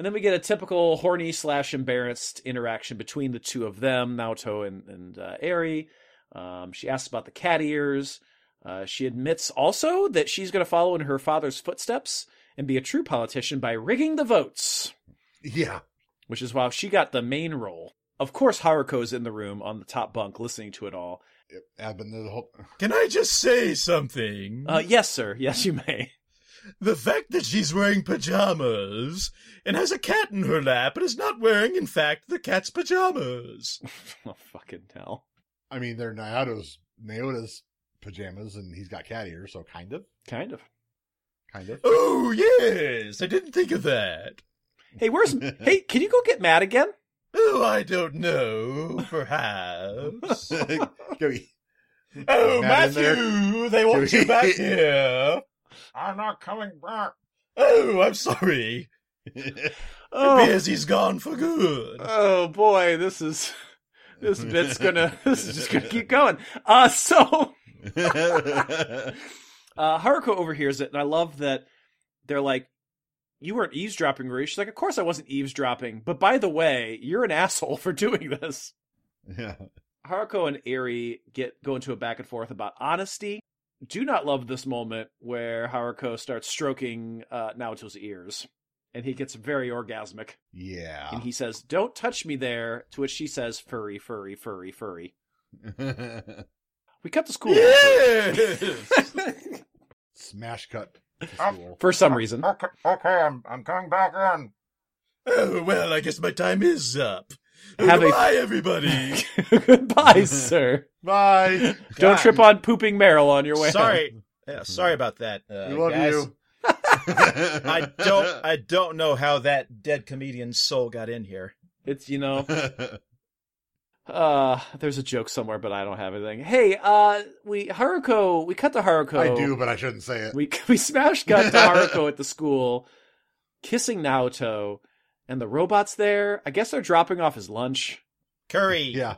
Speaker 3: And then we get a typical horny slash embarrassed interaction between the two of them, Naoto and and uh, Ari. Um, she asks about the cat ears. Uh, she admits also that she's going to follow in her father's footsteps and be a true politician by rigging the votes.
Speaker 4: Yeah.
Speaker 3: which is why she got the main role. Of course, Haruko's in the room on the top bunk listening to it all.
Speaker 4: I've been the whole.
Speaker 2: Can I just say something?
Speaker 3: Uh, yes, sir. Yes, you may.
Speaker 2: The fact that she's wearing pajamas and has a cat in her lap and is not wearing, in fact, the cat's pajamas.
Speaker 3: oh, fucking hell.
Speaker 4: I mean, they're Naoto's Naota's pajamas, and he's got cat ears, so kind of,
Speaker 3: Kind of.
Speaker 4: kind of.
Speaker 2: Oh, yes, I didn't think of that.
Speaker 3: Hey, where's. hey, can you go get Matt again?
Speaker 2: Oh, I don't know, perhaps.
Speaker 4: Can we-
Speaker 2: oh,
Speaker 4: Matt in there?
Speaker 2: Matthew, they want you back here.
Speaker 4: I'm not coming back.
Speaker 2: Oh, I'm sorry.
Speaker 3: Oh,
Speaker 2: It appears he's gone for good.
Speaker 3: oh boy, this is. This bit's gonna. This is just gonna keep going. Uh, so. Uh, Haruko overhears it, and I love that they're like, "You weren't eavesdropping, Rui." She's like, "Of course I wasn't eavesdropping, but by the way, you're an asshole for doing this."
Speaker 4: yeah.
Speaker 3: Haruko and Eri get go into a back and forth about honesty. Do not love this moment where Haruko starts stroking uh, Naoto's ears, and he gets very orgasmic.
Speaker 4: Yeah.
Speaker 3: And he says, "Don't touch me there." To which she says, "Furry, furry, furry, furry." We cut to school
Speaker 2: Yes!
Speaker 4: Smash cut. To school.
Speaker 3: for some reason.
Speaker 4: Oh, Okay, okay, I'm I'm coming back in.
Speaker 2: oh, well, I guess my time is up.
Speaker 3: Have a-
Speaker 2: Goodbye, everybody.
Speaker 3: Goodbye, sir.
Speaker 4: Bye.
Speaker 3: Don't
Speaker 2: God.
Speaker 3: trip on pooping Meryl on your way. home.
Speaker 2: Sorry. Yeah, sorry about that. Uh,
Speaker 4: we love
Speaker 2: guys.
Speaker 4: you.
Speaker 2: I don't I don't know how that dead comedian's soul got in here.
Speaker 3: It's you know. Uh, there's a joke somewhere, but I don't have anything. Hey, uh, we Haruko, we cut to Haruko.
Speaker 4: I do, but I shouldn't say it.
Speaker 3: We we smash cut to Haruko at the school, kissing Naoto, and the robot's there. I guess they're dropping off his lunch.
Speaker 2: Curry.
Speaker 4: Yeah.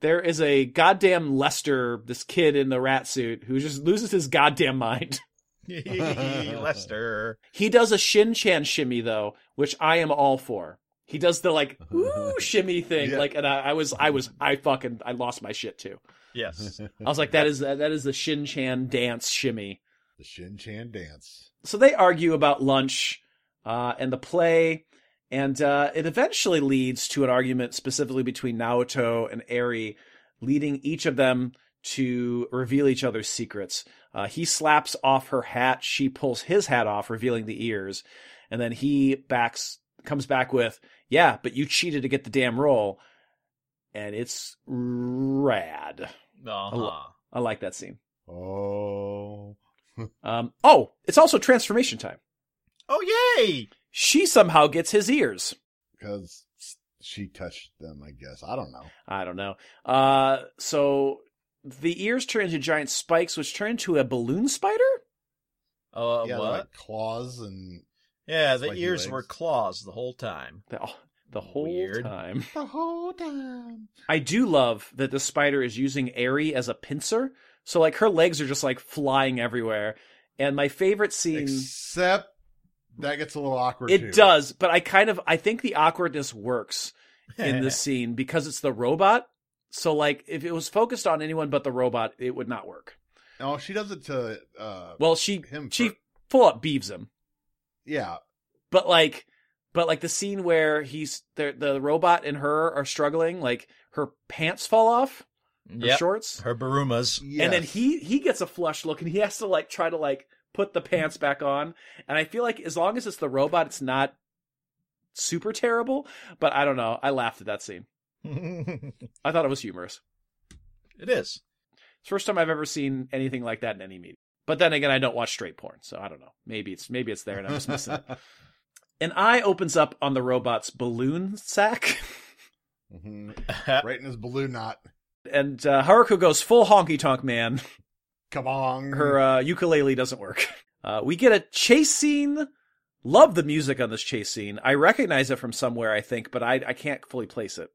Speaker 3: There is a goddamn Lester, this kid in the rat suit, who just loses his goddamn mind.
Speaker 2: Lester.
Speaker 3: He does a Shin Chan shimmy though, which I am all for. He does the like ooh shimmy thing,
Speaker 4: Yeah.
Speaker 3: like, and I, I was, I was, I fucking, I lost my shit too.
Speaker 2: Yes.
Speaker 3: I was like, that is that is the Shin Chan dance shimmy.
Speaker 4: The Shin Chan dance.
Speaker 3: So they argue about lunch uh, and the play, and uh, it eventually leads to an argument specifically between Naoto and Eri, leading each of them to reveal each other's secrets. Uh, he slaps off her hat, she pulls his hat off, revealing the ears, and then he backs comes back with, "Yeah, but you cheated to get the damn role," and it's rad.
Speaker 2: Uh-huh.
Speaker 3: I like that scene.
Speaker 4: Oh.
Speaker 3: Um, oh, it's also transformation time.
Speaker 2: Oh, yay!
Speaker 3: She somehow gets his ears.
Speaker 4: Because she touched them, I guess. I don't know.
Speaker 3: I don't know. Uh, so the ears turn into giant spikes, which turn into a balloon spider.
Speaker 2: Uh,
Speaker 4: yeah,
Speaker 2: what?
Speaker 4: they're like claws and
Speaker 2: yeah, the
Speaker 4: spiky
Speaker 2: ears
Speaker 4: legs.
Speaker 2: were claws the whole time.
Speaker 3: The, oh, the whole
Speaker 2: Weird.
Speaker 3: time.
Speaker 4: the whole time.
Speaker 3: I do love that the spider is using Airy as a pincer. So like her legs are just like flying everywhere. And my favorite scene.
Speaker 4: Except that gets a little awkward.
Speaker 3: It
Speaker 4: too.
Speaker 3: does, but I kind of I think the awkwardness works in this scene because it's the robot. So like if it was focused on anyone but the robot, it would not work.
Speaker 4: No, Oh, she does it to uh
Speaker 3: Well, she
Speaker 4: him.
Speaker 3: she
Speaker 4: fir-
Speaker 3: full up beeves him.
Speaker 4: yeah,
Speaker 3: But like but like the scene where he's the the robot and her are struggling, like her pants fall off, her
Speaker 2: Yep.
Speaker 3: shorts.
Speaker 2: Her barumas.
Speaker 3: And then
Speaker 4: Yes.
Speaker 3: he he gets a flush look and he has to like try to like put the pants back on. And I feel like as long as it's the robot, it's not super terrible, but I don't know. I laughed at that scene.
Speaker 2: it
Speaker 3: I thought it was humorous.
Speaker 2: is.
Speaker 3: It's the first time I've ever seen anything like that in any media. But then again, I don't watch straight porn, so I don't know. Maybe it's maybe it's there and I'm just missing it. An eye opens up on the robot's balloon sack,
Speaker 4: Mhm. right in his balloon knot.
Speaker 3: and uh, Haruko goes full honky tonk man.
Speaker 4: Come on,
Speaker 3: Her uh, ukulele doesn't work. Uh, we get a chase scene. Love the music on this chase scene. I recognize it from somewhere, I think, but I I can't fully place it.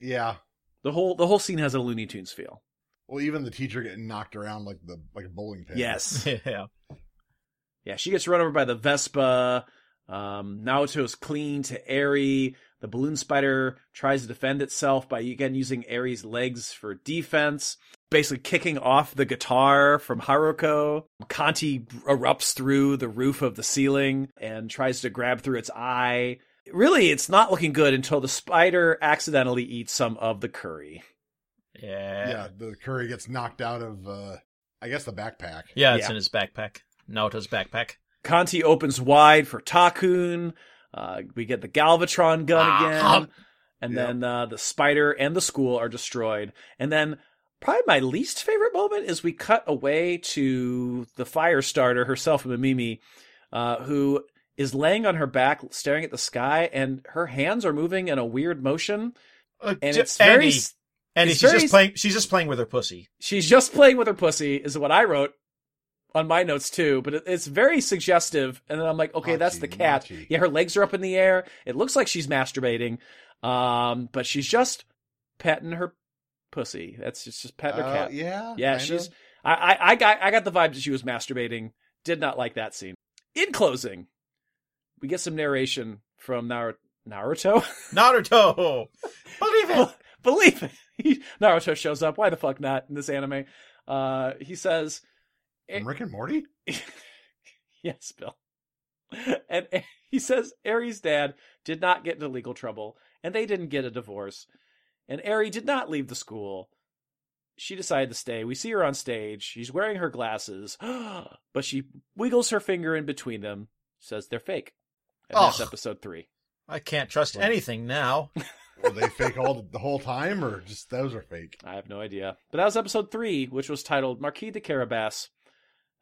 Speaker 4: yeah.
Speaker 3: The whole the whole scene has a Looney Tunes feel.
Speaker 4: Well, even the teacher getting knocked around like the like a bowling pin.
Speaker 3: Yes.
Speaker 2: yeah.
Speaker 3: Yeah, she gets run over by the Vespa. Um, Naoto's clean to Eri. The balloon spider tries to defend itself by again using Eri's legs for defense, basically kicking off the guitar from Haruko. Kanti erupts through the roof of the ceiling and tries to grab through its eye. Really, it's not looking good until the spider accidentally eats some of the curry.
Speaker 2: Yeah.
Speaker 4: yeah. The curry gets knocked out of uh I guess the backpack.
Speaker 2: Yeah, it's
Speaker 3: Yeah.
Speaker 2: in his backpack. Naoto's backpack.
Speaker 3: Kanti opens wide for Takun. Uh, we get the Galvatron gun
Speaker 2: Ah,
Speaker 3: again. and
Speaker 4: Yep.
Speaker 3: then uh, the spider and the school are destroyed. And then probably my least favorite moment is we cut away to the fire starter herself, Mimimi, uh, who is laying on her back staring at the sky, and her hands are moving in a weird motion.
Speaker 2: Uh,
Speaker 3: And
Speaker 2: j-
Speaker 3: it's very.
Speaker 2: Andy, Andy,
Speaker 3: it's
Speaker 2: she's
Speaker 3: very-
Speaker 2: just playing. She's just playing with her pussy.
Speaker 3: She's just playing with her pussy, is what I wrote on my notes too, but it- it's very suggestive. And then I'm like,
Speaker 2: Ah,
Speaker 3: okay, that's the
Speaker 4: Machi,
Speaker 3: cat.
Speaker 4: machi.
Speaker 3: Yeah, her legs are up in the air. It looks like she's masturbating, um, but she's just petting her pussy. That's just, just petting
Speaker 2: Oh,
Speaker 3: her
Speaker 4: Uh,
Speaker 3: cat.
Speaker 4: yeah.
Speaker 3: yeah,
Speaker 4: kinda.
Speaker 3: she's. I, I I got I got the vibe that she was masturbating. Did not like that scene. In closing, we get some narration from Nar- Naruto.
Speaker 2: Naruto, believe it.
Speaker 3: believe it. He, Naruto shows up. Why the fuck not in this anime? Uh, he says,
Speaker 4: From Rick and Morty?
Speaker 3: "Yes, Bill." And he says Aries' dad did not get into legal trouble, and they didn't get a divorce. And Aerie did not leave the school. She decided to stay. We see her on stage. She's wearing her glasses, but she wiggles her finger in between them. Says they're fake. And that's
Speaker 2: Ugh.
Speaker 3: episode three.
Speaker 2: I can't trust anything now.
Speaker 4: Were they fake all the, the whole time or just those are fake?
Speaker 3: I have no idea. But that was episode three, which was titled Marquis de Carabas.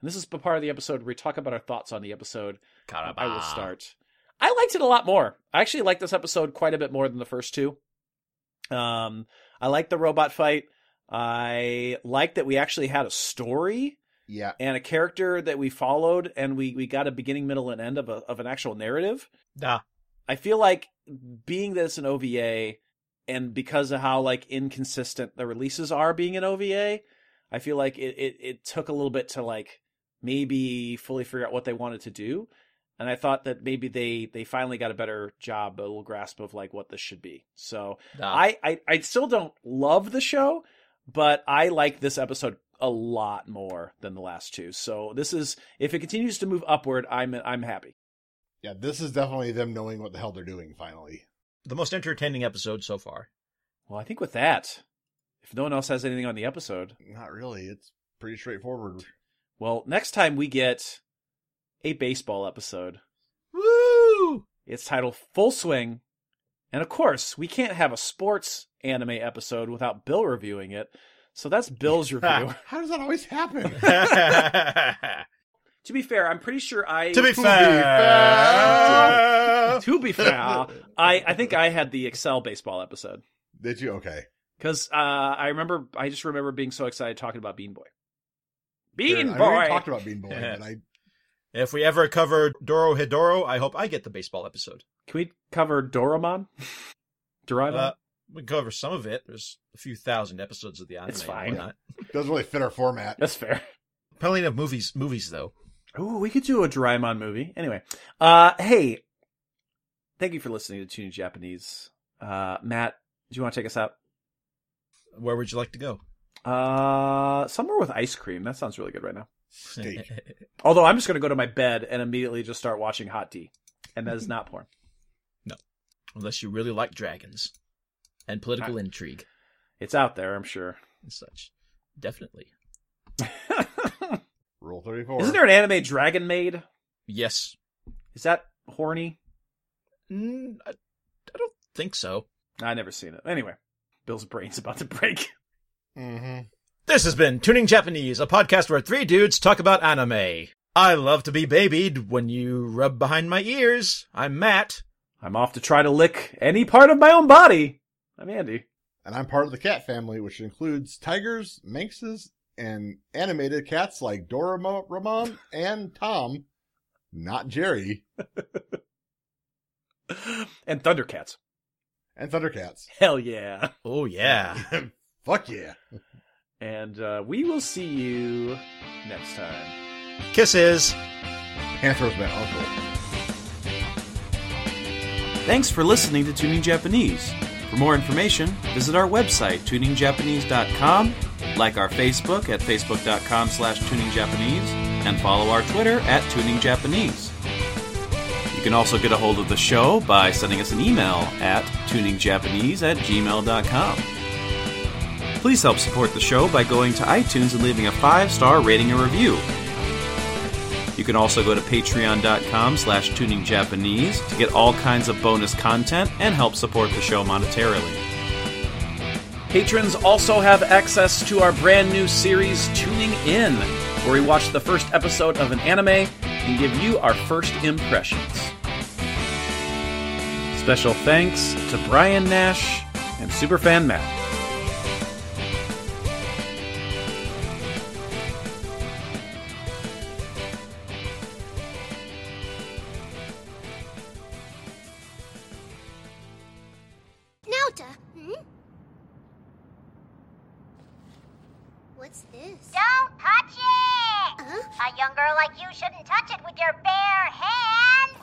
Speaker 3: And this is the part of the episode where we talk about our thoughts on the episode. I
Speaker 2: Ah.
Speaker 3: will start. I liked it a lot more. I actually liked this episode quite a bit more than the first two. Um, I liked the robot fight. I liked that we actually had a story
Speaker 4: Yeah.
Speaker 3: and a character that we followed, and we, we got a beginning, middle, and end of a, of an actual narrative.
Speaker 2: Nah.
Speaker 3: I feel like being that it's an OVA and because of how like inconsistent the releases are being an OVA, I feel like it, it, it took a little bit to like maybe fully figure out what they wanted to do. And I thought that maybe they, they finally got a better job, a little grasp of like what this should be. So I, I, I still don't love the show, but I like this episode a lot more than the last two. So this is if it continues to move upward, I'm I'm happy.
Speaker 4: Yeah, this is definitely them knowing what the hell they're doing finally.
Speaker 2: the most entertaining episode so far.
Speaker 3: Well, I think with that, if no one else has anything on the episode,
Speaker 4: Not really. It's pretty straightforward.
Speaker 3: well, next time we get a baseball episode.
Speaker 2: Woo!
Speaker 3: It's titled Full Swing. And of course, we can't have a sports anime episode without Bill reviewing it. So that's Bill's review.
Speaker 4: How does that always happen?
Speaker 2: to
Speaker 3: to be fair, I'm pretty sure I
Speaker 2: be
Speaker 4: To be
Speaker 2: fair.
Speaker 3: to be fair, I, I think I had the Excel baseball episode.
Speaker 4: Did you? Okay.
Speaker 3: Because uh, I remember, I just remember being so excited talking about Bean Boy. Bean
Speaker 4: Sure, I
Speaker 3: Boy.
Speaker 4: already talked about Bean Boy, but I
Speaker 2: If we ever cover Doro Hidoro, I hope I get the baseball episode.
Speaker 3: Can we cover Doraemon? Doraemon.
Speaker 2: Uh, we can cover some of it. There's a few thousand episodes of the anime.
Speaker 3: It's
Speaker 2: and
Speaker 3: fine.
Speaker 2: whatnot.
Speaker 4: doesn't really fit our format.
Speaker 3: That's fair.
Speaker 2: Probably enough movies. Movies though.
Speaker 3: Ooh, we could do a Doraemon movie. Anyway, uh, hey, thank you for listening to Tuning Japanese. Uh, Matt, do you want to take us out?
Speaker 2: Where would you like to go?
Speaker 3: Uh, somewhere with ice cream. That sounds really good right now.
Speaker 4: Steak.
Speaker 3: Although I'm just going to go to my bed and immediately just start watching Hot D, and that is not porn.
Speaker 2: Unless you really like dragons and political intrigue
Speaker 3: It's out there, I'm sure.
Speaker 2: and such. Definitely.
Speaker 4: Rule 34.
Speaker 3: Isn't there an anime Dragon Maid?
Speaker 2: Yes.
Speaker 3: Is that horny?
Speaker 2: Mm, I, I don't think so.
Speaker 3: I never seen it. Anyway, Bill's brain's about to break.
Speaker 4: Mm-hmm.
Speaker 2: This has been Tuning Japanese, a podcast where three dudes talk about anime. I love to be babied when you rub behind my ears. I'm Matt.
Speaker 3: I'm off to try to lick any part of my own body. I'm Andy.
Speaker 4: And I'm part of the cat family, which includes tigers, minxes, and animated cats like Doraemon Ramon, and Tom, not Jerry,
Speaker 3: And Thundercats.
Speaker 4: and Thundercats.
Speaker 3: Hell yeah.
Speaker 2: Oh, yeah.
Speaker 4: Fuck yeah.
Speaker 3: And uh, we will see you next time.
Speaker 2: Kisses.
Speaker 4: Panthers my uncle.
Speaker 6: Thanks for listening to Tuning Japanese. For more information, visit our website, tuningjapanese.com, like our Facebook at facebook.com slash tuningjapanese, and follow our Twitter at tuningjapanese. You can also get a hold of the show by sending us an email at tuningjapanese at gmail.com. Please help support the show by going to iTunes and leaving a five-star rating and review. You can also go to patreon.com slash tuningjapanese to get all kinds of bonus content and help support the show monetarily.
Speaker 3: Patrons also have access to our brand new series, Tuning In, where we watch the first episode of an anime and give you our first impressions. Special thanks to Brian Nash and Superfan Matt.
Speaker 5: Nauta. Hmm? What's this?
Speaker 7: Don't touch it!
Speaker 5: Huh?
Speaker 7: A young girl like you shouldn't touch it with your bare hands!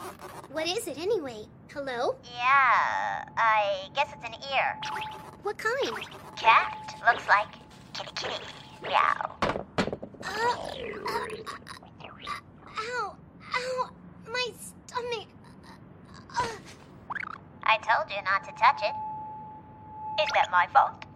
Speaker 5: What is it anyway? Hello?
Speaker 7: Yeah, I guess it's an ear.
Speaker 5: What kind?
Speaker 7: Cat looks like kitty kitty. Meow.
Speaker 5: Uh, uh, ow, ow, my stomach. Uh, uh,
Speaker 7: I told you not to touch it. Is that my fault?